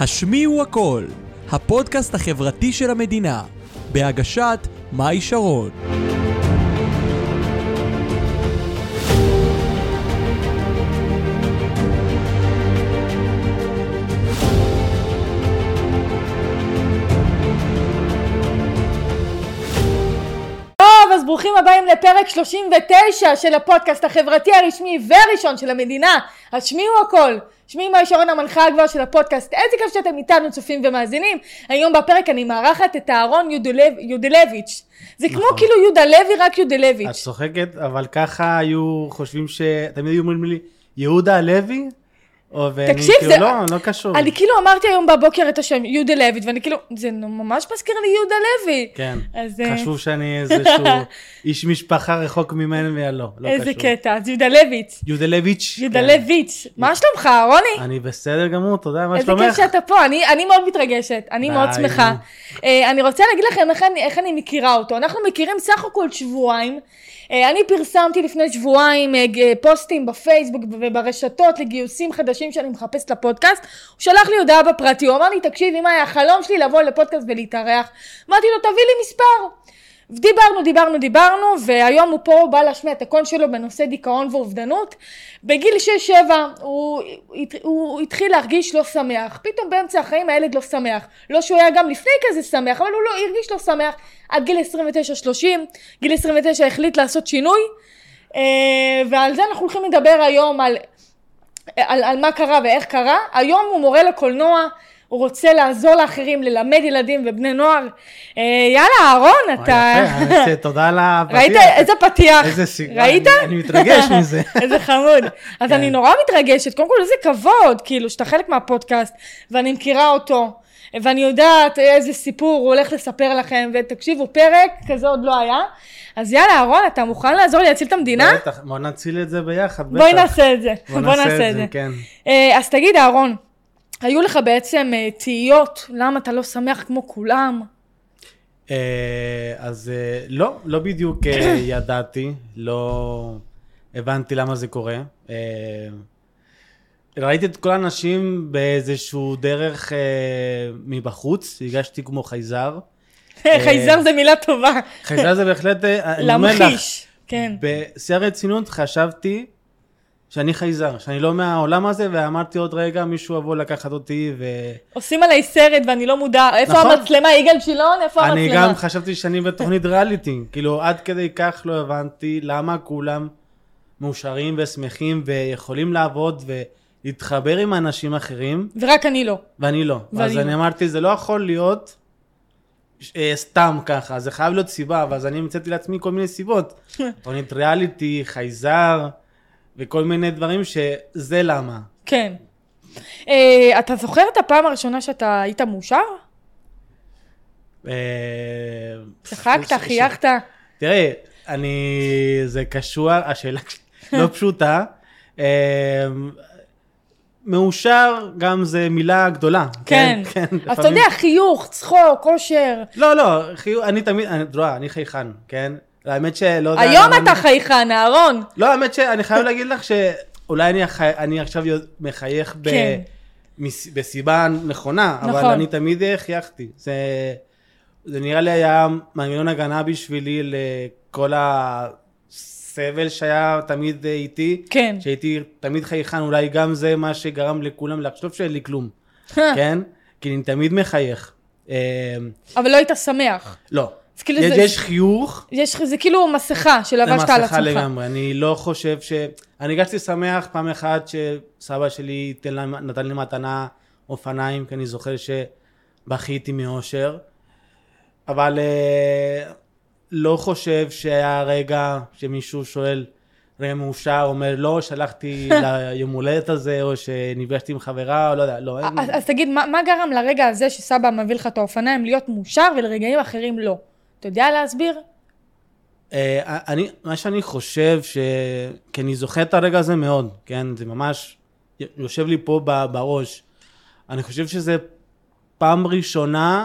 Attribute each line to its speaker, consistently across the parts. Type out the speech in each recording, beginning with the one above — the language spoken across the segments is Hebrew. Speaker 1: השמיעו הכל, הפודקאסט החברתי של המדינה, בהגשת מאי שרון.
Speaker 2: טוב, אז ברוכים הבאים לפרק 39 של הפודקאסט החברתי הרשמי והראשון של המדינה. אז שמעו הכל. שמי מאי שרון המנחה הגבוהה של הפודקאסט. איזה כיף שאתם איתנו צופים ומאזינים. היום בפרק אני מארחת את אהרון יודולב- יודלביץ'. זה כמו
Speaker 3: נכון.
Speaker 2: כאילו יהודה לוי, רק
Speaker 3: את
Speaker 2: יודלביץ'.
Speaker 3: צוחקת, אבל ככה היו חושבים ש... תמיד היו אומרים לי, יהודה הלוי? או- ואני
Speaker 2: תקשיב,
Speaker 3: כאילו,
Speaker 2: זה-
Speaker 3: לא, לא קשור.
Speaker 2: אני כאילו אמרתי היום בבוקר את השם יודלביץ', ואני כאילו, זה נו- ממש מזכיר לי יהודה לוי.
Speaker 3: כן,
Speaker 2: אז, אה,
Speaker 3: חשוב שאני איזשהו איש משפחה רחוק ממנו, ולא, לא
Speaker 2: איזה
Speaker 3: קשור.
Speaker 2: קטע, אז יודלביץ'.
Speaker 3: יודלביץ'. כן.
Speaker 2: יודלביץ'. מה שלומך, אהרוני?
Speaker 3: אני בסדר גמור, תודה, מה
Speaker 2: איזה
Speaker 3: שלומך?
Speaker 2: כיף שאתה פה, אני, אני מאוד מתרגשת, אני
Speaker 3: די.
Speaker 2: מאוד שמחה. אה, אני רוצה להגיד לכם איך אני, איך אני מכירה אותו. אנחנו מכירים סך הכל שבועיים. אה, אני פרסמתי לפני שבועיים אה, ג- פוסטים בפייסבוק וברשתות לגיוסים חדשים שאני מחפשת לפודקאסט. הוא שלח לי הודעה בפרטי, הוא אמר לי, תקשיבי, מה, החלום שלי לבוא לפודקאסט ולהתארח. אמרתי לו, תביא לי מספר. דיברנו, דיברנו, דיברנו, והיום הוא פה, הוא בא להשמיע את הקול שלו בנושא דיכאון ואובדנות. בגיל 6-7 הוא, הת- הוא התחיל להרגיש לא שמח. פתאום באמצע החיים הילד לא שמח. לא שהוא היה גם לפני כזה שמח, אבל הוא לא הרגיש לא שמח עד גיל 29-30. גיל 29 החליט לעשות שינוי, אה, ועל זה אנחנו הולכים לדבר היום, על על, על מה קרה ואיך קרה. היום הוא מורה לקולנוע, הוא רוצה לעזור לאחרים, ללמד ילדים ובני נוער. אה, יאללה, אהרון,
Speaker 3: וואי,
Speaker 2: אתה...
Speaker 3: יפה, אני רוצה- תודה על הפתיח.
Speaker 2: ראית איזה פתיח?
Speaker 3: איזה סיבה.
Speaker 2: ראית?
Speaker 3: אני- אני מתרגש מזה.
Speaker 2: איזה חמוד. אז
Speaker 3: כן.
Speaker 2: אני נורא מתרגשת. קודם כל, איזה כבוד, כאילו, שאתה חלק מהפודקאסט, ואני מכירה אותו, ואני יודעת איזה סיפור הוא הולך לספר לכם, ותקשיבו, פרק כזה עוד לא היה. אז יאללה, אהרון, אתה מוכן לעזור לי להציל את המדינה?
Speaker 3: בטח, בוא נציל את זה ביחד, בטח.
Speaker 2: בואי נעשה את זה.
Speaker 3: בוא נעשה את זה, כן.
Speaker 2: אה, אז תגיד, אהרון, היו לך בעצם אה, תהיות למה אתה לא שמח כמו כולם?
Speaker 3: אה, אז אה, לא, לא בדיוק אה, ידעתי, לא הבנתי למה זה קורה. אה, ראיתי את כל האנשים באיזשהו דרך אה, מבחוץ, הרגשתי כמו חייזר.
Speaker 2: אה,
Speaker 3: אה,
Speaker 2: חייזר זה מילה טובה.
Speaker 3: חייזר זה בהחלט... אה, אני אומר לך,
Speaker 2: להמחיש. כן.
Speaker 3: בשיא הרצינות חשבתי שאני חייזר, שאני לא מהעולם הזה, ואמרתי עוד רגע מישהו יבוא לקחת אותי ו...
Speaker 2: עושים עליי סרט ואני לא מודע. איפה
Speaker 3: נכון.
Speaker 2: המצלמה? יגאל שילון? איפה המצלמה?
Speaker 3: אני גם חשבתי שאני בתוכנית ריאליטי. כאילו, עד כדי כך לא הבנתי למה כולם מאושרים ושמחים ויכולים לעבוד ולהתחבר עם אנשים אחרים,
Speaker 2: ורק אני לא.
Speaker 3: ואני לא.
Speaker 2: ואני
Speaker 3: אז
Speaker 2: לא.
Speaker 3: אני אמרתי, זה לא יכול להיות אה, סתם ככה, זה חייב להיות סיבה, ואז אני המצאתי לעצמי כל מיני סיבות. תוכנית ריאליטי, חייזר, וכל מיני דברים שזה למה.
Speaker 2: כן. אה, אתה זוכר את הפעם הראשונה שאתה היית מאושר?
Speaker 3: אה, ש-
Speaker 2: צחקת,
Speaker 3: ש-
Speaker 2: חייכת.
Speaker 3: תראה, אני... זה קשור, השאלה לא פשוטה. אמ, מאושר גם זה מילה גדולה.
Speaker 2: כן. אז אתה
Speaker 3: לפעמים-
Speaker 2: יודע, חיוך, צחוק, אושר.
Speaker 3: לא, לא, חיו- אני תמיד, אני- את רואה, אני חייכן, כן? האמת שלא לא יודע...
Speaker 2: היום
Speaker 3: למה
Speaker 2: אתה
Speaker 3: אני-
Speaker 2: חייכן, אהרון.
Speaker 3: לא, האמת שאני חייב להגיד לך שאולי אני החי- אני עכשיו מחייך ב-
Speaker 2: כן.
Speaker 3: מס- בסיבה נכונה, אבל
Speaker 2: נכון.
Speaker 3: אני תמיד אה, חייכתי. זה זה נראה לי היה מנגנון הגנה בשבילי לכל הסבל שהיה תמיד אה, איתי.
Speaker 2: כן.
Speaker 3: שהייתי תמיד חייכן, אולי גם זה מה שגרם לכולם לחשוב שאין לי כלום,
Speaker 2: אה.
Speaker 3: כן? כי אני תמיד מחייך. אה,
Speaker 2: אבל לא היית שמח.
Speaker 3: לא.
Speaker 2: אז כאילו
Speaker 3: יש-
Speaker 2: זה-
Speaker 3: יש חיוך,
Speaker 2: יש לך, זה כאילו מסכה שלבשת על
Speaker 3: זה
Speaker 2: עצמך.
Speaker 3: מסכה לגמרי, אני לא חושב ש... אני הרגשתי שמח פעם אחת שסבא שלי ייתן לה- נתן לי מתנה אופניים, כי אני זוכר שבכיתי מאושר, אבל אה, לא חושב שהיה רגע שמישהו שואל, רגע מאושר, אומר לא, שלחתי ליום הולדת הזה, או שנפגשתי עם חברה, או לא יודע, לא, אין...
Speaker 2: אז, אז תגיד, מה, מה גרם לרגע הזה שסבא מביא לך את האופניים להיות מאושר ולרגעים אחרים לא? אתה יודע להסביר?
Speaker 3: אה, אני, מה שאני חושב, ש... כי אני זוכר את הרגע הזה מאוד, כן? זה ממש י- יושב לי פה ב- בראש. אני חושב שזה פעם ראשונה,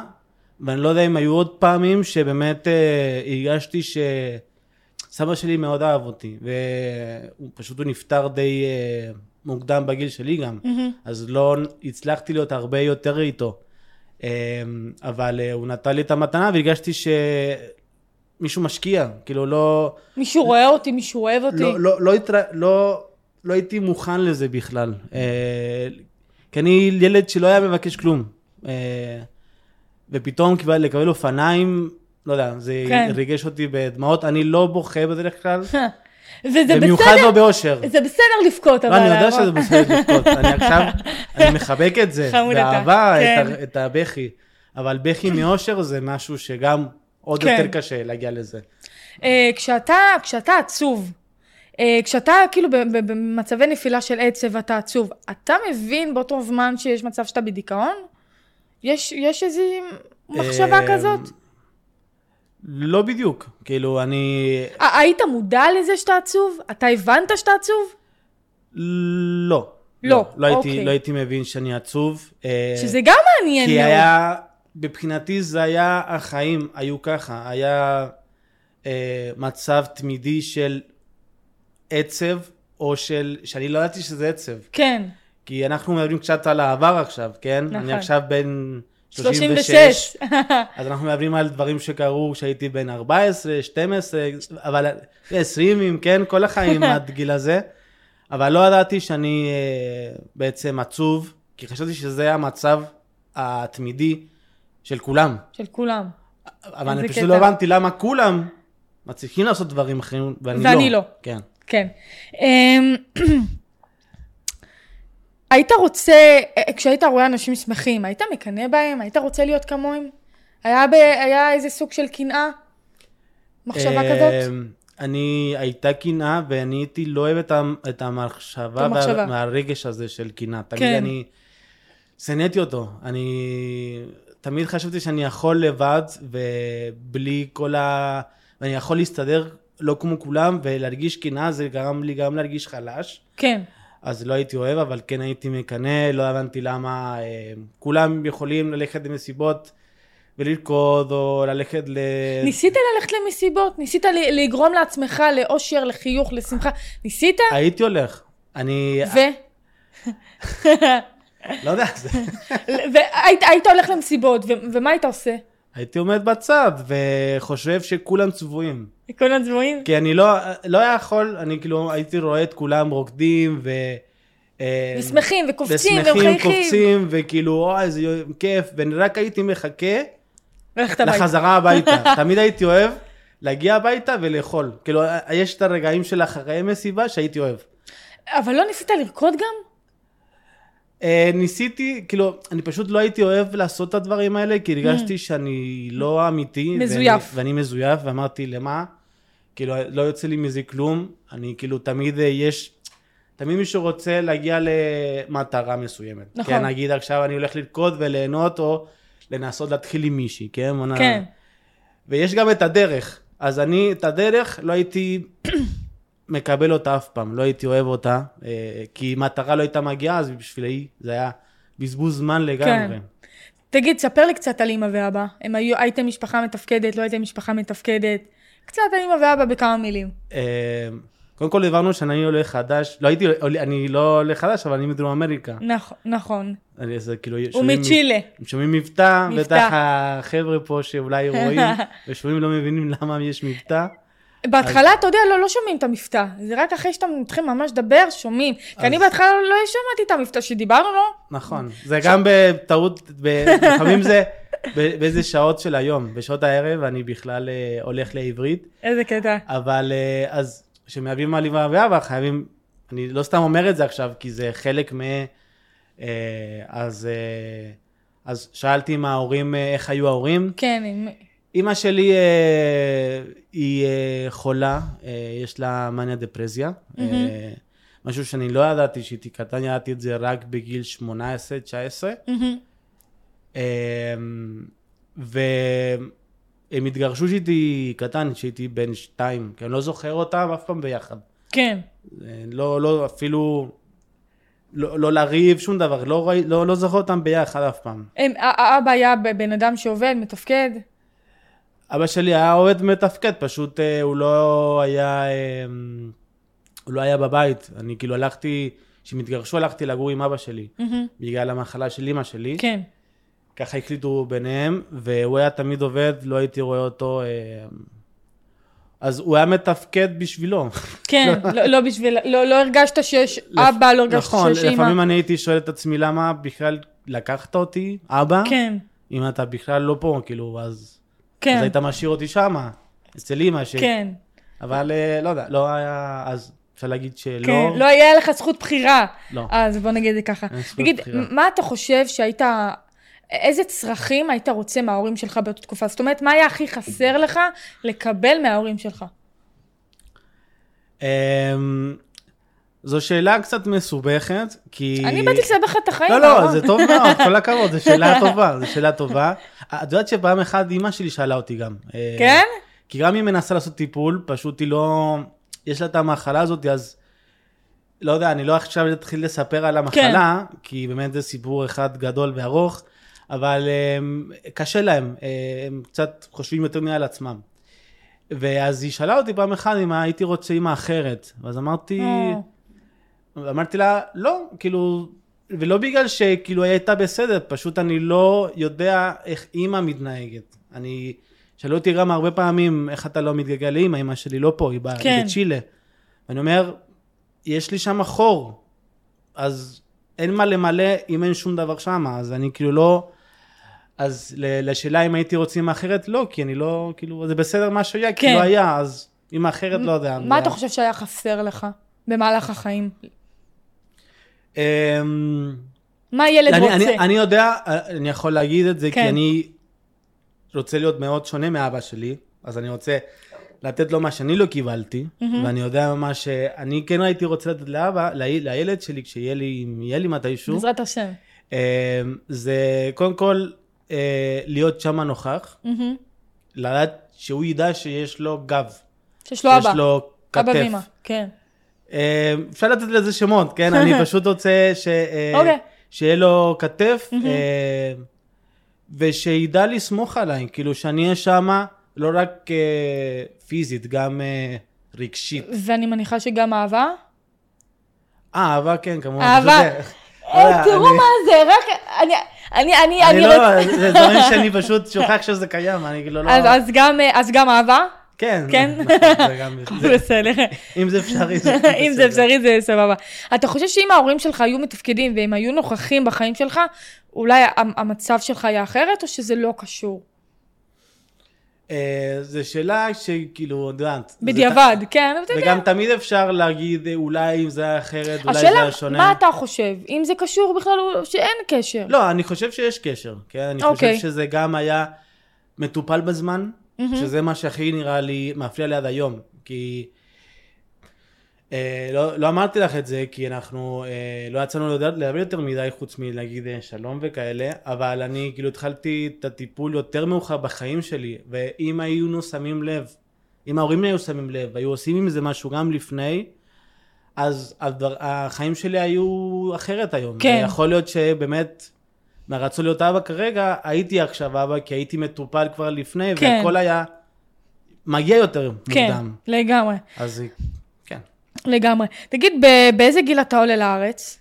Speaker 3: ואני לא יודע אם היו עוד פעמים, שבאמת אה, הרגשתי שסבא שלי מאוד אהב אותי, והוא פשוט הוא נפטר די אה, מוקדם בגיל שלי גם, אז לא הצלחתי להיות הרבה יותר איתו. אמ, אבל אה, הוא נתן לי את המתנה והרגשתי שמישהו משקיע, כאילו לא...
Speaker 2: מישהו רואה אותי, מישהו אוהב אותי.
Speaker 3: לא, לא, לא, התר... לא, לא הייתי מוכן לזה בכלל. אה, כי אני ילד שלא היה מבקש כלום. אה, ופתאום קיבל, לקבל אופניים, לא יודע, זה
Speaker 2: כן.
Speaker 3: כן. ריגש אותי בדמעות. אני לא בוכה בדרך כלל,
Speaker 2: וזה
Speaker 3: לא. במיוחד
Speaker 2: בסדר,
Speaker 3: לא באושר.
Speaker 2: זה בסדר לבכות, אבל...
Speaker 3: לא, אני יודע
Speaker 2: אבל-
Speaker 3: שזה בסדר לבכות. אני עכשיו, אני מחבק את זה,
Speaker 2: חמוד אתה,
Speaker 3: באהבה, את
Speaker 2: כן.
Speaker 3: ה- את הבכי. אבל בכי מאושר זה משהו שגם עוד
Speaker 2: כן.
Speaker 3: יותר קשה להגיע לזה.
Speaker 2: אה, כשאתה, כשאתה עצוב, אה, כשאתה כאילו ב- ב- במצבי נפילה של עצב ואתה עצוב, אתה מבין באותו זמן שיש מצב שאתה בדיכאון? יש, יש איזו מחשבה
Speaker 3: אה,
Speaker 2: כזאת?
Speaker 3: לא בדיוק. כאילו, אני...
Speaker 2: ה- אה, היית מודע לזה שאתה עצוב? אתה הבנת שאתה עצוב?
Speaker 3: לא.
Speaker 2: לא,
Speaker 3: לא
Speaker 2: אוקיי.
Speaker 3: הייתי, לא הייתי מבין שאני עצוב. אה,
Speaker 2: שזה גם מעניין
Speaker 3: כי
Speaker 2: מאוד.
Speaker 3: היה, מבחינתי זה היה, החיים היו ככה, היה אה, מצב תמידי של עצב, או של, שאני לא ידעתי שזה עצב.
Speaker 2: כן,
Speaker 3: כי אנחנו מדברים קצת על העבר עכשיו, כן?
Speaker 2: נכון.
Speaker 3: אני עכשיו בן 36.
Speaker 2: 36.
Speaker 3: אז אנחנו מדברים על דברים שקרו כשהייתי בן 14, 12, אבל 20, אם כן, כל החיים עד גיל הזה. אבל לא ידעתי שאני אה, בעצם עצוב, כי חשבתי שזה המצב התמידי של כולם.
Speaker 2: של כולם.
Speaker 3: אבל אני
Speaker 2: איזה
Speaker 3: פשוט
Speaker 2: קטע.
Speaker 3: לא הבנתי למה כולם מצליחים לעשות דברים אחרים, ואני לא.
Speaker 2: ואני לא.
Speaker 3: כן.
Speaker 2: כן. אמ, היית רוצה, כשהיית רואה אנשים שמחים, היית מקנא בהם? היית רוצה להיות כמוהם? היה, ב, היה איזה סוג של קנאה? מחשבה
Speaker 3: אה,
Speaker 2: כזאת?
Speaker 3: אני, הייתה קנאה, ואני הייתי לא אוהב את, המ- את המחשבה
Speaker 2: את המחשבה.
Speaker 3: וה- והרגש הזה של קנאה. תמיד
Speaker 2: כן.
Speaker 3: אני שנאתי אותו. אני תמיד חשבתי שאני יכול לבד, ובלי כל ה... ואני יכול להסתדר לא כמו כולם, ולהרגיש קנאה זה גרם לי גם להרגיש חלש.
Speaker 2: כן,
Speaker 3: אז לא הייתי אוהב, אבל כן הייתי מקנא, לא הבנתי למה אה, כולם יכולים ללכת למסיבות ולרקוד, או ללכת ל...
Speaker 2: ניסית ללכת למסיבות, ניסית ל- לגרום לעצמך לאושר, לחיוך, לשמחה, ניסית?
Speaker 3: הייתי הולך. אני...
Speaker 2: ו...
Speaker 3: לא יודע, זה...
Speaker 2: והיית היית הולך למסיבות, ו- ומה היית עושה?
Speaker 3: הייתי עומד בצד וחושב שכולם צבועים.
Speaker 2: כל הצבועים?
Speaker 3: כי אני לא, לא היה יכול, אני כאילו הייתי רואה את כולם רוקדים ו... אה,
Speaker 2: ושמחים, וקופצים,
Speaker 3: ושמחים,
Speaker 2: ומחייכים.
Speaker 3: קופצים, וכאילו, אוי, איזה יום- כיף, ורק הייתי מחכה
Speaker 2: ללכת הביתה.
Speaker 3: לחזרה הביתה. תמיד הייתי אוהב להגיע הביתה ולאכול. כאילו, יש את הרגעים של אחרי מסיבה שהייתי אוהב.
Speaker 2: אבל לא ניסית לרקוד גם?
Speaker 3: אה, ניסיתי, כאילו, אני פשוט לא הייתי אוהב לעשות את הדברים האלה, כי הרגשתי שאני לא אמיתי.
Speaker 2: Mm. מזויף.
Speaker 3: ואני, ואני מזויף, ואמרתי, למה? כאילו, לא יוצא לי מזה כלום. אני כאילו, תמיד אה, יש... תמיד מישהו רוצה להגיע למטרה מסוימת.
Speaker 2: נכון.
Speaker 3: כן, נגיד עכשיו אני הולך לרקוד וליהנות, או לנסות להתחיל עם מישהי, כן? בוא נ-
Speaker 2: כן.
Speaker 3: ויש גם את הדרך. אז אני, את הדרך, לא הייתי מקבל אותה אף פעם, לא הייתי אוהב אותה, אה, כי מטרה לא הייתה מגיעה, אז בשבילי זה היה בזבוז זמן
Speaker 2: כן.
Speaker 3: לגמרי.
Speaker 2: תגיד, ספר לי קצת על אימא ואבא. הם היו, הייתם משפחה מתפקדת, לא הייתם משפחה מתפקדת. קצת על אימא ואבא בכמה מילים.
Speaker 3: אה, קודם כל הבנו שאני עולה חדש, לא הייתי, עולה- אני לא עולה חדש, אבל אני מדרום אמריקה.
Speaker 2: נכון, נכון.
Speaker 3: אני- זה כאילו,
Speaker 2: הוא
Speaker 3: שומעים-
Speaker 2: מצ'ילה.
Speaker 3: הם שומעים מבטא,
Speaker 2: מבטא.
Speaker 3: בטח החבר'ה פה שאולי רואים ושומעים לא מבינים למה יש מבטא.
Speaker 2: בהתחלה, אתה יודע, לא, לא שומעים את המבטא. זה רק אחרי שאתם מתחילים ממש לדבר, שומעים. כי אני בהתחלה לא שמעתי את המבטא שדיברנו, לא?
Speaker 3: נכון, זה גם בטעות, ב- לפעמים זה ב- באיזה שעות של היום, בשעות הערב אני בכלל אה, הולך לעברית,
Speaker 2: איזה קטע.
Speaker 3: אבל אה, אז כשמהווים מעליבה ואבא חייבים, אני לא סתם אומר את זה עכשיו, כי זה חלק מ... אה, אז, אה, אז שאלתי עם ההורים, אה, איך היו ההורים?
Speaker 2: כן, הם-
Speaker 3: אימא שלי אה, היא אה, חולה, אה, יש לה מניה דפרזיה. אה, משהו שאני לא ידעתי שהייתי קטן, ידעתי את זה רק בגיל 18-19.
Speaker 2: מהמם.
Speaker 3: אמ, והם התגרשו כשהייתי קטן, כשהייתי בן שתיים, כי אני לא זוכר אותם אף פעם ביחד.
Speaker 2: כן.
Speaker 3: אה, לא, לא, אפילו, לא, לא לריב, שום דבר, לא, ראי- לא, לא זוכר אותם ביחד אף פעם.
Speaker 2: הם- ה- האבא היה ב- בן אדם שעובד, מתפקד.
Speaker 3: אבא שלי היה עובד מתפקד, פשוט אמ, אה, הוא לא היה, אה, הוא לא היה בבית. אני כאילו הלכתי, כשהם התגרשו הלכתי לגור עם אבא שלי, בגלל המחלה של אימא שלי.
Speaker 2: כן.
Speaker 3: ככה הקליטו ביניהם, והוא היה תמיד עובד, לא הייתי רואה אותו... אה, אז הוא היה מתפקד בשבילו.
Speaker 2: כן, לא- לא בשביל, לא לא הרגשת שיש אבא, לא הרגשת
Speaker 3: נכון,
Speaker 2: שיש אימא.
Speaker 3: לפעמים אני הייתי שואל את עצמי למה בכלל לקחת אותי, אבא,
Speaker 2: כן,
Speaker 3: אם אתה בכלל לא פה, כאילו, אז,
Speaker 2: כן,
Speaker 3: אז היית משאיר אותי שמה, אצל אימא, ש...
Speaker 2: כן,
Speaker 3: אבל אה, לא יודע, לא היה, אז אפשר להגיד שלא,
Speaker 2: כן. לא היה לך זכות בחירה.
Speaker 3: לא.
Speaker 2: אז בוא נגיד את זה ככה.
Speaker 3: אין זכות
Speaker 2: תגיד,
Speaker 3: בחירה.
Speaker 2: מה אתה חושב שהיית, איזה צרכים היית רוצה מההורים שלך באותה תקופה? זאת אומרת, מה היה הכי חסר לך לקבל מההורים שלך?
Speaker 3: אמ, זו שאלה קצת מסובכת, כי...
Speaker 2: אני באתי לסבך לך את החיים.
Speaker 3: לא, לא,
Speaker 2: אהרון.
Speaker 3: זה טוב מאוד, כל הכבוד, זו שאלה טובה, זו שאלה טובה. אה, את יודעת שפעם אחת אימא שלי שאלה אותי גם. אה,
Speaker 2: כן?
Speaker 3: כי גם היא מנסה לעשות טיפול, פשוט היא לא... יש לה את המחלה הזאת, אז... לא יודע, אני לא עכשיו אתחיל לספר על המחלה, כן. כי באמת זה סיפור אחד גדול וארוך, אבל הם, קשה להם, אה, הם קצת חושבים יותר מדי על עצמם. ואז היא שאלה אותי פעם אחת אם הייתי רוצה אימא אחרת, ואז אמרתי...
Speaker 2: אה.
Speaker 3: אמרתי לה, לא, כאילו, ולא בגלל שכאילו היא הייתה בסדר, פשוט אני לא יודע איך אימא מתנהגת. אני, שאלו אותי גם הרבה פעמים, איך אתה לא מתגעגע לאימא, אימא שלי לא פה, היא באה,
Speaker 2: כן.
Speaker 3: היא בצ'ילה. ואני אומר, יש לי שם חור, אז אין מה למלא אם אין שום דבר שם, אז אני כאילו לא... אז ל- לשאלה אם הייתי רוצה אימא אחרת, לא, כי אני לא, כאילו, זה בסדר מה שהיה, כי
Speaker 2: כן.
Speaker 3: לא היה, אז אימא אחרת, לא יודע.
Speaker 2: מה אתה חושב שהיה חסר לך במהלך החיים?
Speaker 3: אמ,
Speaker 2: מה ילד
Speaker 3: אני,
Speaker 2: רוצה?
Speaker 3: אני, אני יודע, אה, אני יכול להגיד את זה,
Speaker 2: כן.
Speaker 3: כי אני רוצה להיות מאוד שונה מאבא שלי, אז אני רוצה לתת לו מה שאני לא קיבלתי, ואני יודע מה שאני כן הייתי רוצה לתת לאבא, לי- לילד שלי, כשיהיה לי, אם יהיה לי מתישהו,
Speaker 2: בעזרת השם.
Speaker 3: אה, זה קודם כל אה, להיות שמה נוכח,
Speaker 2: מהמם.
Speaker 3: לדעת שהוא ידע שיש לו גב,
Speaker 2: שיש לו
Speaker 3: שיש
Speaker 2: אבא.
Speaker 3: לו כתף.
Speaker 2: אבא ואמא. כן.
Speaker 3: אה, אפשר לתת לזה שמות, כן? אני פשוט רוצה ש... אה,
Speaker 2: אוקיי.
Speaker 3: שיהיה לו כתף, אה, ושידע לסמוך עליי, כאילו שאני אהיה שמה לא רק אה, פיזית, גם אה, רגשית.
Speaker 2: ואני מניחה שגם אהבה?
Speaker 3: אה, אהבה כן, כמובן.
Speaker 2: אהבה.
Speaker 3: זה- לא,
Speaker 2: אה, תראו
Speaker 3: אני-
Speaker 2: מה זה, רק... אני- אני אני-
Speaker 3: אני
Speaker 2: אני רוצה...
Speaker 3: לא, זה דברים שאני פשוט שוכח שזה קיים, אני כאילו לא...
Speaker 2: אז- אז גם, אה, אז גם אהבה?
Speaker 3: כן.
Speaker 2: כן.
Speaker 3: נכון, זה גם- זה-
Speaker 2: בסדר.
Speaker 3: אם זה אפשרי, זה
Speaker 2: אם זה
Speaker 3: בסדר.
Speaker 2: אפשרי זה סבבה. אתה חושב שאם ההורים שלך היו מתפקדים והם היו נוכחים בחיים שלך, אולי ה- המצב שלך היה אחרת או שזה לא קשור?
Speaker 3: אה, זו שאלה שכאילו, את יודעת. זה-
Speaker 2: בדיעבד, כן, אבל אתה יודע.
Speaker 3: וגם תמיד אפשר להגיד, אה, אולי אם זה היה אחרת, אולי זה היה
Speaker 2: השאלה,
Speaker 3: שונה.
Speaker 2: מה אתה חושב? אם זה קשור בכלל או שאין קשר?
Speaker 3: לא, אני חושב שיש קשר, כן? אני
Speaker 2: אוקיי.
Speaker 3: חושב שזה גם היה מטופל בזמן,
Speaker 2: Mm-hmm.
Speaker 3: שזה מה שהכי נראה לי מפריע לי עד היום, כי... אה, לא, לא אמרתי לך את זה, כי אנחנו אה, לא יצאנו לדעת להבין יותר מדי חוץ מלהגיד אה, שלום וכאלה, אבל אני כאילו התחלתי את הטיפול יותר מאוחר בחיים שלי, ואם היינו שמים לב, אם ההורים היו שמים לב, והיו עושים עם זה משהו גם לפני, אז הדבר, החיים שלי היו אחרת היום.
Speaker 2: כן.
Speaker 3: יכול להיות שבאמת, מהרצון להיות אבא כרגע, הייתי עכשיו אבא, כי הייתי מטופל כבר לפני,
Speaker 2: כן.
Speaker 3: והכל היה מגיע יותר
Speaker 2: כן,
Speaker 3: מוקדם.
Speaker 2: לגמרי,
Speaker 3: אז כן.
Speaker 2: לגמרי. תגיד, ב- באיזה גיל אתה עולה לארץ?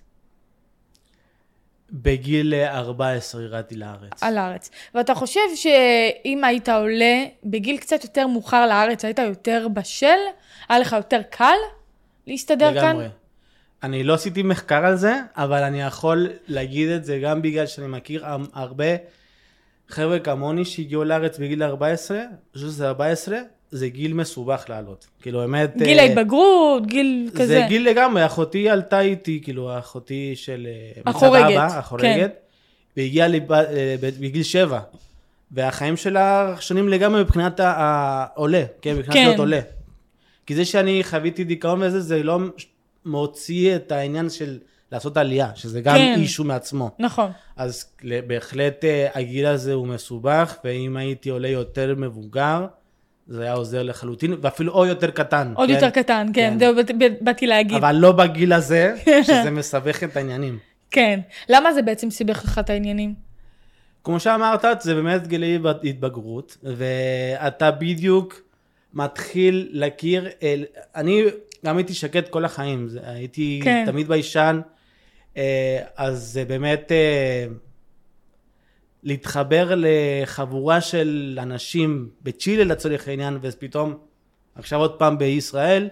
Speaker 3: בגיל אה, 14 הגעתי לארץ.
Speaker 2: על הארץ. ואתה חושב שאם היית עולה בגיל קצת יותר מאוחר לארץ, היית יותר בשל? היה לך יותר קל להסתדר כאן?
Speaker 3: לגמרי. אני לא עשיתי מחקר על זה, אבל אני יכול להגיד את זה גם בגלל שאני מכיר המ- הרבה חבר'ה כמוני שהגיעו לארץ בגיל 14, אני חושב שזה 14, זה גיל מסובך לעלות. כאילו, באמת...
Speaker 2: גיל
Speaker 3: אה,
Speaker 2: ההתבגרות, גיל כזה.
Speaker 3: זה גיל לגמרי, אחותי עלתה איתי, כאילו, אחותי של... אה, מצד
Speaker 2: החורגת,
Speaker 3: אבא,
Speaker 2: כן.
Speaker 3: החורגת. והגיעה לי ב- אה, ב- בגיל שבע. והחיים שלה שונים לגמרי מבחינת ה- העולה, כן, מבחינת
Speaker 2: כן.
Speaker 3: להיות עולה. כי זה שאני חוויתי דיכאון וזה, זה לא מוציא את העניין של לעשות עלייה, שזה גם
Speaker 2: כן.
Speaker 3: אישו מעצמו.
Speaker 2: נכון.
Speaker 3: אז ל- בהחלט אה, הגיל הזה הוא מסובך, ואם הייתי עולה יותר מבוגר, זה היה עוזר לחלוטין, ואפילו או יותר קטן.
Speaker 2: עוד
Speaker 3: כן?
Speaker 2: יותר קטן, כן,
Speaker 3: כן.
Speaker 2: זהו, באת- באת- באתי להגיד.
Speaker 3: אבל לא בגיל הזה, שזה מסבך את העניינים.
Speaker 2: כן. למה זה בעצם סיבך לך את העניינים?
Speaker 3: כמו שאמרת, זה באמת גילי בת- התבגרות, ואתה בדיוק מתחיל להכיר, אל- אני גם הייתי שקט כל החיים, זה- הייתי
Speaker 2: כן.
Speaker 3: תמיד ביישן, אה, אז זה באמת אה, להתחבר לחבורה של אנשים בצ'ילה לצורך העניין, ופתאום עכשיו עוד פעם בישראל,